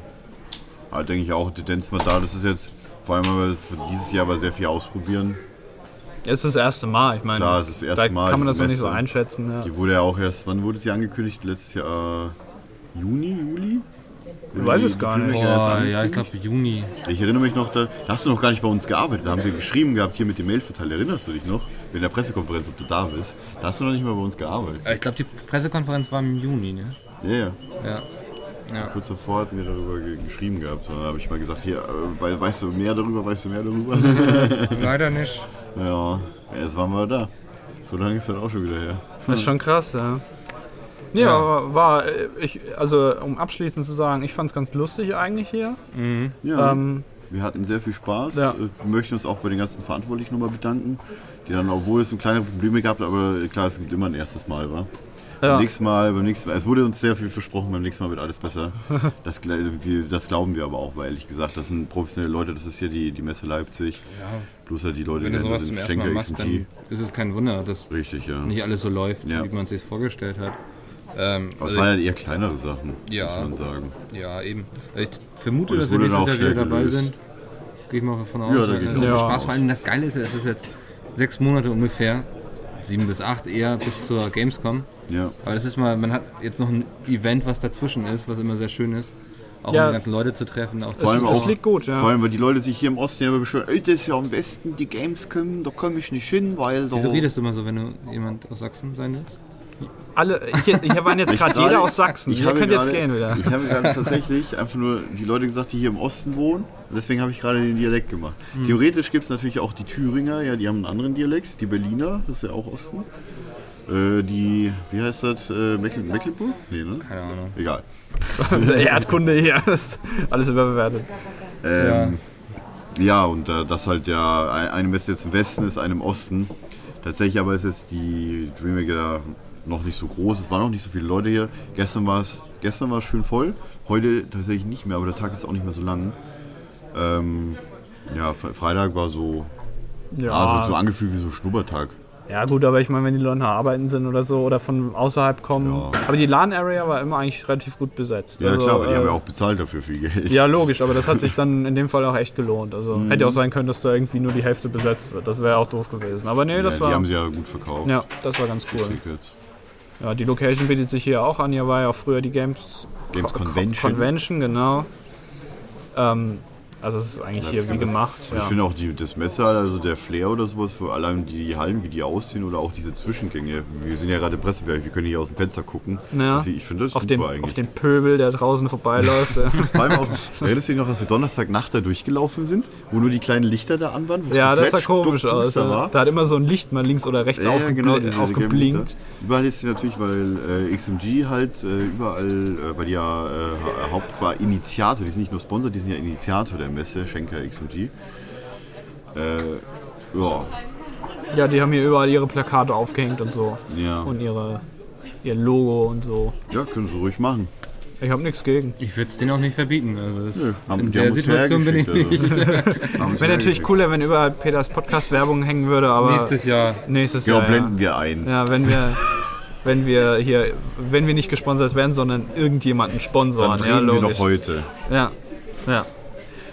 E: Ah, denke ich auch, Tendenz war da. Das ist jetzt, vor allem, weil wir für dieses Jahr war sehr viel ausprobieren.
F: Es ist das erste Mal, ich meine.
E: Klar, es ist das erste
F: da
E: Mal,
F: kann man das
E: diese
F: noch nicht so
E: Messe.
F: einschätzen. Ja.
E: Die wurde ja auch erst, wann wurde sie angekündigt? Letztes Jahr äh, Juni, Juli? Wurde
F: weiß
E: die-
F: es gar
E: die
F: nicht.
E: Tübingen erst
B: Boah, ja,
E: angekündigt?
B: ich glaube Juni.
E: Ich erinnere mich noch, da, da hast du noch gar nicht bei uns gearbeitet. Da haben wir geschrieben gehabt, hier mit dem Mailverteiler. Erinnerst du dich noch? In der Pressekonferenz, ob du da bist. Da hast du noch nicht mal bei uns gearbeitet.
B: Äh, Ich glaube, die Pressekonferenz war im Juni, ne?
E: Ja, ja.
B: Ja. Ja.
E: Kurz davor hatten wir darüber ge geschrieben gehabt. Da habe ich mal gesagt, hier, äh, we weißt du mehr darüber, weißt du mehr darüber?
B: Leider nicht.
E: Ja, jetzt waren wir da. So lange ist das auch schon wieder her.
F: Das ist schon krass, ja. Ja,
B: Ja.
F: aber war, äh, ich, also um abschließend zu sagen, ich fand es ganz lustig eigentlich hier.
E: Ja,
F: Ähm,
E: wir hatten sehr viel Spaß.
F: ja.
E: Äh, Wir möchten uns auch bei den ganzen Verantwortlichen nochmal bedanken, die dann, obwohl es so kleine Probleme gab, aber klar, es gibt immer ein erstes Mal, war.
F: ja.
E: Beim nächsten Mal, beim nächsten Mal, es wurde uns sehr viel versprochen, beim nächsten Mal wird alles besser. Das, gl- wir- das glauben wir aber auch, weil ehrlich gesagt, das sind professionelle Leute, das ist hier die, die Messe Leipzig. Bloß halt die Leute,
B: Wenn
E: die
B: du sowas zum ersten Mal machst, dann ist es kein Wunder, dass
E: Richtig, ja.
B: nicht alles so läuft,
E: Ja.
B: wie man es sich vorgestellt hat. Ähm,
E: Aber es
B: also
E: waren halt eher kleinere Sachen,
B: Ja.
E: muss man sagen.
B: ich, ja, eben. Ich vermute,
E: Und es
B: dass wir
E: wurde dann
B: nächstes
E: auch
B: Jahr wieder
E: schnell
B: dabei
E: gelöst.
B: sind. Gehe ich mal davon aus.
E: Ja, da gehe
B: Also
E: ich auch
B: viel
F: davon
B: Spaß.
E: aus.
B: Vor allem das Geile ist, es ist jetzt sechs Monate ungefähr, sieben bis acht eher bis zur Gamescom.
E: Ja.
B: Aber das ist mal, man hat jetzt noch ein Event, was dazwischen ist, was immer sehr schön ist. Auch
F: Ja.
B: um die ganzen Leute zu treffen. Auch
E: Vor allem
F: das
E: auch-
F: liegt gut,
E: Vor
F: ja.
E: allem, weil die Leute sich hier im Osten ja immer beschweren, ey, das ist ja am Westen, die Games kommen, da komme ich nicht hin, weil da...
B: Wieso redest du immer so, wenn du jemand aus Sachsen sein willst?
F: Alle, hier, hier waren jetzt
E: Ich
F: gerade
E: gerade-
F: jeder aus Sachsen.
E: Ich
F: Ihr
E: habe
F: könnt jetzt
E: gerade-
F: gehen wieder.
E: Ich habe gerade tatsächlich einfach nur die Leute gesagt, die hier im Osten wohnen. Und deswegen habe ich gerade den Dialekt gemacht.
F: Hm.
E: Theoretisch gibt es natürlich auch die Thüringer, ja, die haben einen anderen Dialekt. Die Berliner, das ist ja auch Osten. Äh, die, wie heißt das? Äh, Mecklen Mecklenburg? Nee, ne?
B: Keine Ahnung.
E: Egal.
F: Der Erdkunde hier, das ist alles überbewertet.
E: Ähm, ja, und äh, das halt ja, ein- eine Messe jetzt im Westen ist, eine im Osten. Tatsächlich aber ist jetzt die Dreamhack noch nicht so groß. Es waren noch nicht so viele Leute hier. Gestern war es gestern war es schön voll, heute tatsächlich nicht mehr, aber der Tag ist auch nicht mehr so lang. Ähm, ja, Fre- Freitag war so,
F: Ja,
E: ah, so, so angefühlt wie so ein Schnuppertag.
F: ja gut, aber ich meine, wenn die Leute noch arbeiten sind oder so oder von außerhalb kommen.
E: Ja.
F: Aber die LAN-Area war immer eigentlich relativ gut besetzt.
E: Ja
F: Also,
E: klar, aber die
F: äh,
E: haben ja auch bezahlt dafür viel Geld.
F: Ja, logisch, aber das hat sich dann in dem Fall auch echt gelohnt. Also
E: Mhm.
F: hätte auch sein können, dass da irgendwie nur die Hälfte besetzt wird. Das wäre auch doof gewesen. Aber nee,
E: Ja,
F: das
E: die
F: war.
E: haben sie ja gut verkauft.
F: Ja, das war ganz cool.
E: Tickets.
F: Ja, die Location bietet sich hier auch an. Hier war ja auch früher die Games,
E: Games Convention.
F: Convention, genau. Ähm, also es ist eigentlich hier wie gemacht.
E: Und Ich
F: Ja.
E: finde auch die, das Messer, also der Flair oder sowas, vor allem die Hallen, wie die aussehen oder auch diese Zwischengänge. Wir sind ja gerade Pressewerk, wir können hier aus dem Fenster gucken.
F: Ja.
E: Also ich finde das
F: Auf
E: super
F: den,
E: eigentlich.
F: auf den Pöbel, der draußen vorbeiläuft. ja.
E: Vor allem auch, erinnerst du dich noch, dass wir Donnerstagnacht da durchgelaufen sind, wo nur die kleinen Lichter da an waren? wo es
F: ja, das sah
E: komplett
F: komisch aus.
E: stockduster
F: Ja.
E: War.
F: Da hat immer so ein Licht mal links oder rechts
E: Ja, ja,
F: aufgebl
E: genau, diese- diese gelben
F: aufgeblinkt.
E: Lichter. Überall ist sie natürlich, weil äh, XMG halt äh, überall, äh, weil die ja äh, ha- Haupt war Initiator, die sind nicht nur Sponsor, die sind ja Initiator der Messe, Schenker XMG. Äh, ja,
F: Ja, die haben hier überall ihre Plakate aufgehängt und so.
E: ja.
F: Und ihre, ihr Logo und so.
E: Ja, können Sie ruhig machen.
F: Ich habe nichts gegen.
B: Ich würde es denen auch nicht verbieten. Also das,
E: haben-
B: in
E: die
B: der
E: haben uns
B: Situation bin ich
E: hergeschickt, also.
B: nicht.
E: Wäre
F: Wäre natürlich cooler, wenn überall Peters Podcast-Werbung hängen würde, aber nächstes,
B: Nächstes Jahr.
F: Jahr.
E: Genau,
F: ja.
E: blenden wir ein.
F: Ja, wenn wir, wenn wir hier, wenn wir nicht gesponsert werden, sondern irgendjemanden sponsoren.
E: Dann
F: ja,
E: reden wir
F: logisch.
E: noch heute.
F: Ja, ja.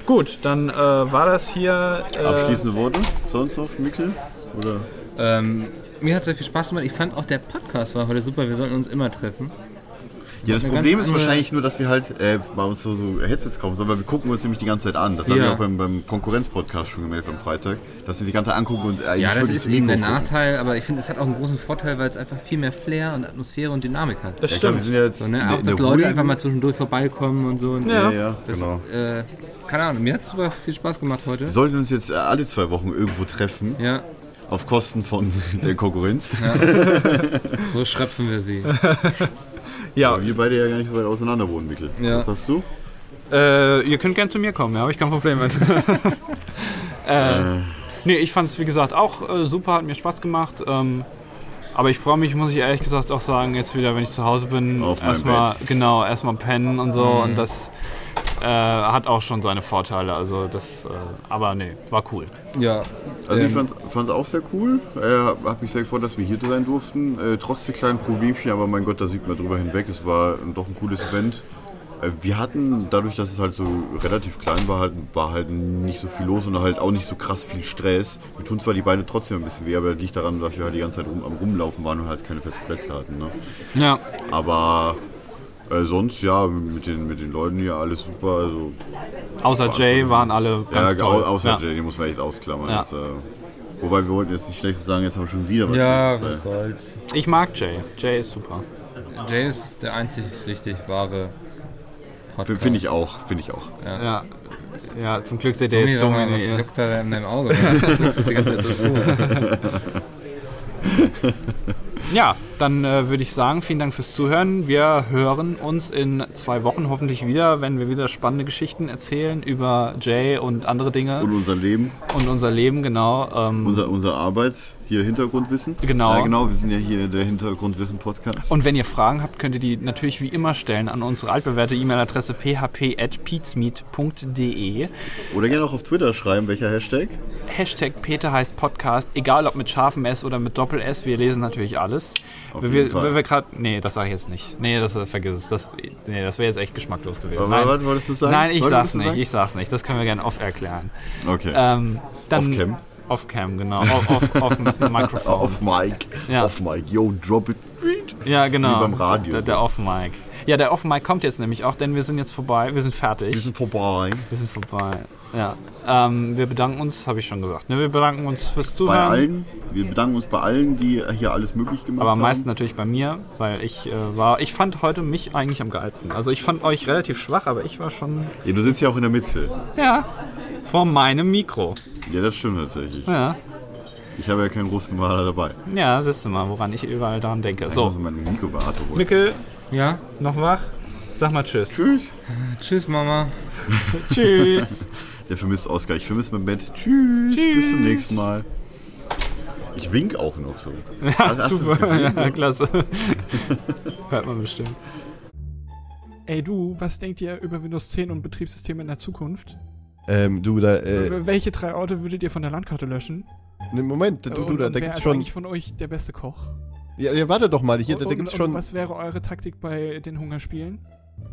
F: Gut, dann äh, war das hier. Äh,
E: Abschließende Worte? Sonst noch, Mikkel? Oder?
B: Ähm, mir hat sehr viel Spaß gemacht. Ich fand auch der Podcast war heute super. Wir sollten uns immer treffen.
E: Ja, das
B: eine
E: Problem
B: ganz
E: ist
B: andere-
E: wahrscheinlich nur, dass wir halt äh, bei uns so, so Headsets kaufen sollen, weil wir gucken uns nämlich die ganze Zeit an. Das haben
B: Ja.
E: wir auch beim, beim Konkurrenz-Podcast schon gemeldet am Freitag, dass wir die ganze Zeit angucken und äh, eigentlich
B: Ja, das
E: wirklich
B: ist
E: ins
B: eben der
E: Mikro gucken.
B: Nachteil, aber ich finde, es hat auch einen großen Vorteil, weil es einfach viel mehr Flair und Atmosphäre und Dynamik hat.
F: das
E: Ich glaube, wir
F: stimmt.
E: sind ja jetzt
B: So, ne?
E: in
B: Auch,
E: der-
B: dass
E: in der
B: Leute
E: ruhigen-
B: einfach mal zwischendurch vorbeikommen und so. Und
F: Ja.
E: Ja, ja,
B: Das,
E: genau.
B: äh, keine Ahnung, mir hat super viel Spaß gemacht heute.
E: Wir sollten uns jetzt äh, alle zwei Wochen irgendwo treffen,
B: Ja,
E: auf Kosten von der Konkurrenz.
B: so schröpfen wir sie.
F: Ja,
E: Weil wir beide ja gar nicht so weit auseinander wohnen, Mikkel.
B: Ja.
E: Was sagst du?
F: äh, ihr könnt gern zu mir kommen, ja, habe ich kein Problem mit. äh, nee, ich fand es, wie gesagt, auch äh, super, hat mir Spaß gemacht. Ähm, aber ich freue mich, muss ich ehrlich gesagt auch sagen, jetzt wieder, wenn ich zu Hause bin,
E: Auf Mhm. mein
F: erstmal genau, erstmal pennen und so. Und das äh, hat auch schon seine Vorteile. Also das, äh, aber nee, war cool.
B: Ja,
E: Also
B: Ähm,
E: ich fand's, fand's auch sehr cool. Äh, hab mich sehr gefreut, dass wir hier sein durften. Äh, trotz der kleinen Problemchen, aber mein Gott, da sieht man drüber hinweg. Es war ein- doch ein cooles Event. Äh, Wir hatten, dadurch, dass es halt so relativ klein war, halt, war halt nicht so viel los und halt auch nicht so krass viel Stress. Wir tun zwar die Beine trotzdem ein bisschen weh, aber das liegt daran, dass wir halt die ganze Zeit rum, am Rumlaufen waren und halt keine festen Plätze hatten. Ne?
F: Ja,
E: Aber äh, sonst, ja, mit den, mit den Leuten hier alles super. Also,
F: außer Jay waren alle ganz
E: ja,
F: toll.
E: Äh, au- außer
F: ja.
E: Jenny muss man echt ausklammern.
F: Ja.
E: Jetzt, äh, wobei wir wollten jetzt nicht Schlechtes sagen, jetzt haben wir schon wieder was.
B: ja, was
E: Schlechtes,
B: soll's.
F: Ich mag Jay. Jay ist super.
B: Jay ist der einzig richtig wahre
E: äh,
B: Podcast.
E: Finde ich auch, finde ich auch.
F: Ja.
J: Ja, zum Glück seht ihr
B: Dominik,
J: jetzt
B: sag mal,
J: Dominik.
B: was juckt da in deinem Auge? Du guckst das die ganze Zeit so zu.
F: Ja, dann äh, würde ich sagen, vielen Dank fürs Zuhören. Wir hören uns in zwei Wochen hoffentlich wieder, wenn wir wieder spannende Geschichten erzählen über Jay und andere Dinge
E: Und unser Leben,
F: und unser Leben, genau. Ähm,
E: unser, unsere Arbeit, hier Hintergrundwissen.
F: Genau.
E: Ja, genau, wir sind ja hier der Hintergrundwissen-Podcast.
F: Und wenn ihr Fragen habt, könnt ihr die natürlich wie immer stellen an unsere altbewährte E-Mail-Adresse php.peatsmeet.de.
E: Oder gerne auch auf Twitter schreiben, welcher Hashtag.
F: Hashtag Peter heißt Podcast, egal ob mit scharfem S oder mit Doppel-S, wir lesen natürlich alles.
E: Auf
F: wenn
E: jeden
F: wir,
E: Fall.
F: wenn wir gerade. Nee, das sage ich jetzt nicht. Nee, das äh, vergiss es. Das, nee, das wäre jetzt echt geschmacklos gewesen.
E: Aber was wolltest du sagen?
F: Nein, ich sag's
E: Wolltest du
F: nicht,
E: sagen?
F: ich sag's nicht. Das können wir gerne off erklären.
E: Okay.
F: Ähm, dann
E: Off-cam?
F: Off-Cam, genau. Off, off, off Mikrofon.
E: Auf Mike.
F: Äh, Ja.
E: Auf Mike. Yo, drop it.
F: ja, genau.
E: Wie beim Radio
F: Der,
E: so.
F: der Off-Mic. Ja, der Off-Mic kommt jetzt nämlich auch, denn wir sind jetzt vorbei. Wir sind fertig.
E: Wir sind vorbei.
F: Wir sind vorbei. Ja. Ähm, wir bedanken uns, habe ich schon gesagt. Ne? Wir bedanken uns fürs
E: Bei
F: Zuhören.
E: allen. Wir bedanken uns bei allen, die hier alles möglich gemacht
F: Aber am
E: haben.
F: meisten natürlich bei mir, weil ich äh, war. Ich fand heute mich eigentlich am geilsten. Also ich fand euch relativ schwach, aber ich war schon.
E: Ja, du sitzt ja auch in der Mitte.
F: Ja. Vor meinem Mikro.
E: Ja, das stimmt tatsächlich.
F: Ja.
E: Ich habe ja keinen großen Maler dabei.
F: Ja, siehst du mal, woran ich überall daran denke.
E: Ich muss
F: So.
E: meine Mikrobeate holen.
F: Mickel,
B: Ja,
F: noch wach? Sag mal Tschüss.
E: Tschüss.
B: tschüss Mama.
F: Tschüss.
E: Der vermisst Oscar. Ich vermisse mein Bett. Tschüss, Bis zum nächsten Mal. Ich wink auch noch so. Also, hast du's
F: Super. Ja, klasse. Hört man bestimmt.
K: Ey du, was denkt ihr über Windows 10 und Betriebssysteme in der Zukunft?
L: Ähm, du, da, äh,
K: Über welche drei Orte würdet ihr von der Landkarte löschen?
L: ne, Moment, du,
K: und,
L: du, da, da
K: und wer
L: gibt's
K: ist
L: schon,
K: eigentlich von euch der beste Koch?
L: ja, ja, warte doch mal, hier, da,
K: und,
L: da gibt's
K: und,
L: schon,
K: Und was wäre eure Taktik bei den Hungerspielen?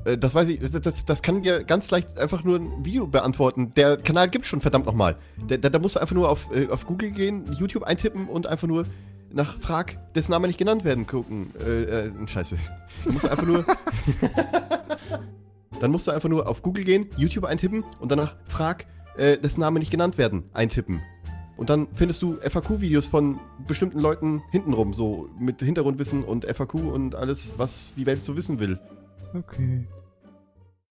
L: äh, das weiß ich, das, das, das kann dir ganz leicht einfach nur ein Video beantworten. Der Kanal gibt's schon, verdammt nochmal. Da, da, da musst du einfach nur auf, äh, auf Google gehen, YouTube eintippen und einfach nur nach Frag, dessen Name nicht genannt werden, gucken. Äh, äh scheiße. Du musst einfach nur... Dann musst du einfach nur auf Google gehen, YouTube eintippen und danach frag, äh, dessen Name nicht genannt werden, eintippen. Und dann findest du FAQ-Videos von bestimmten Leuten hintenrum, so mit Hintergrundwissen und FAQ und alles, was die Welt so wissen will.
K: Okay.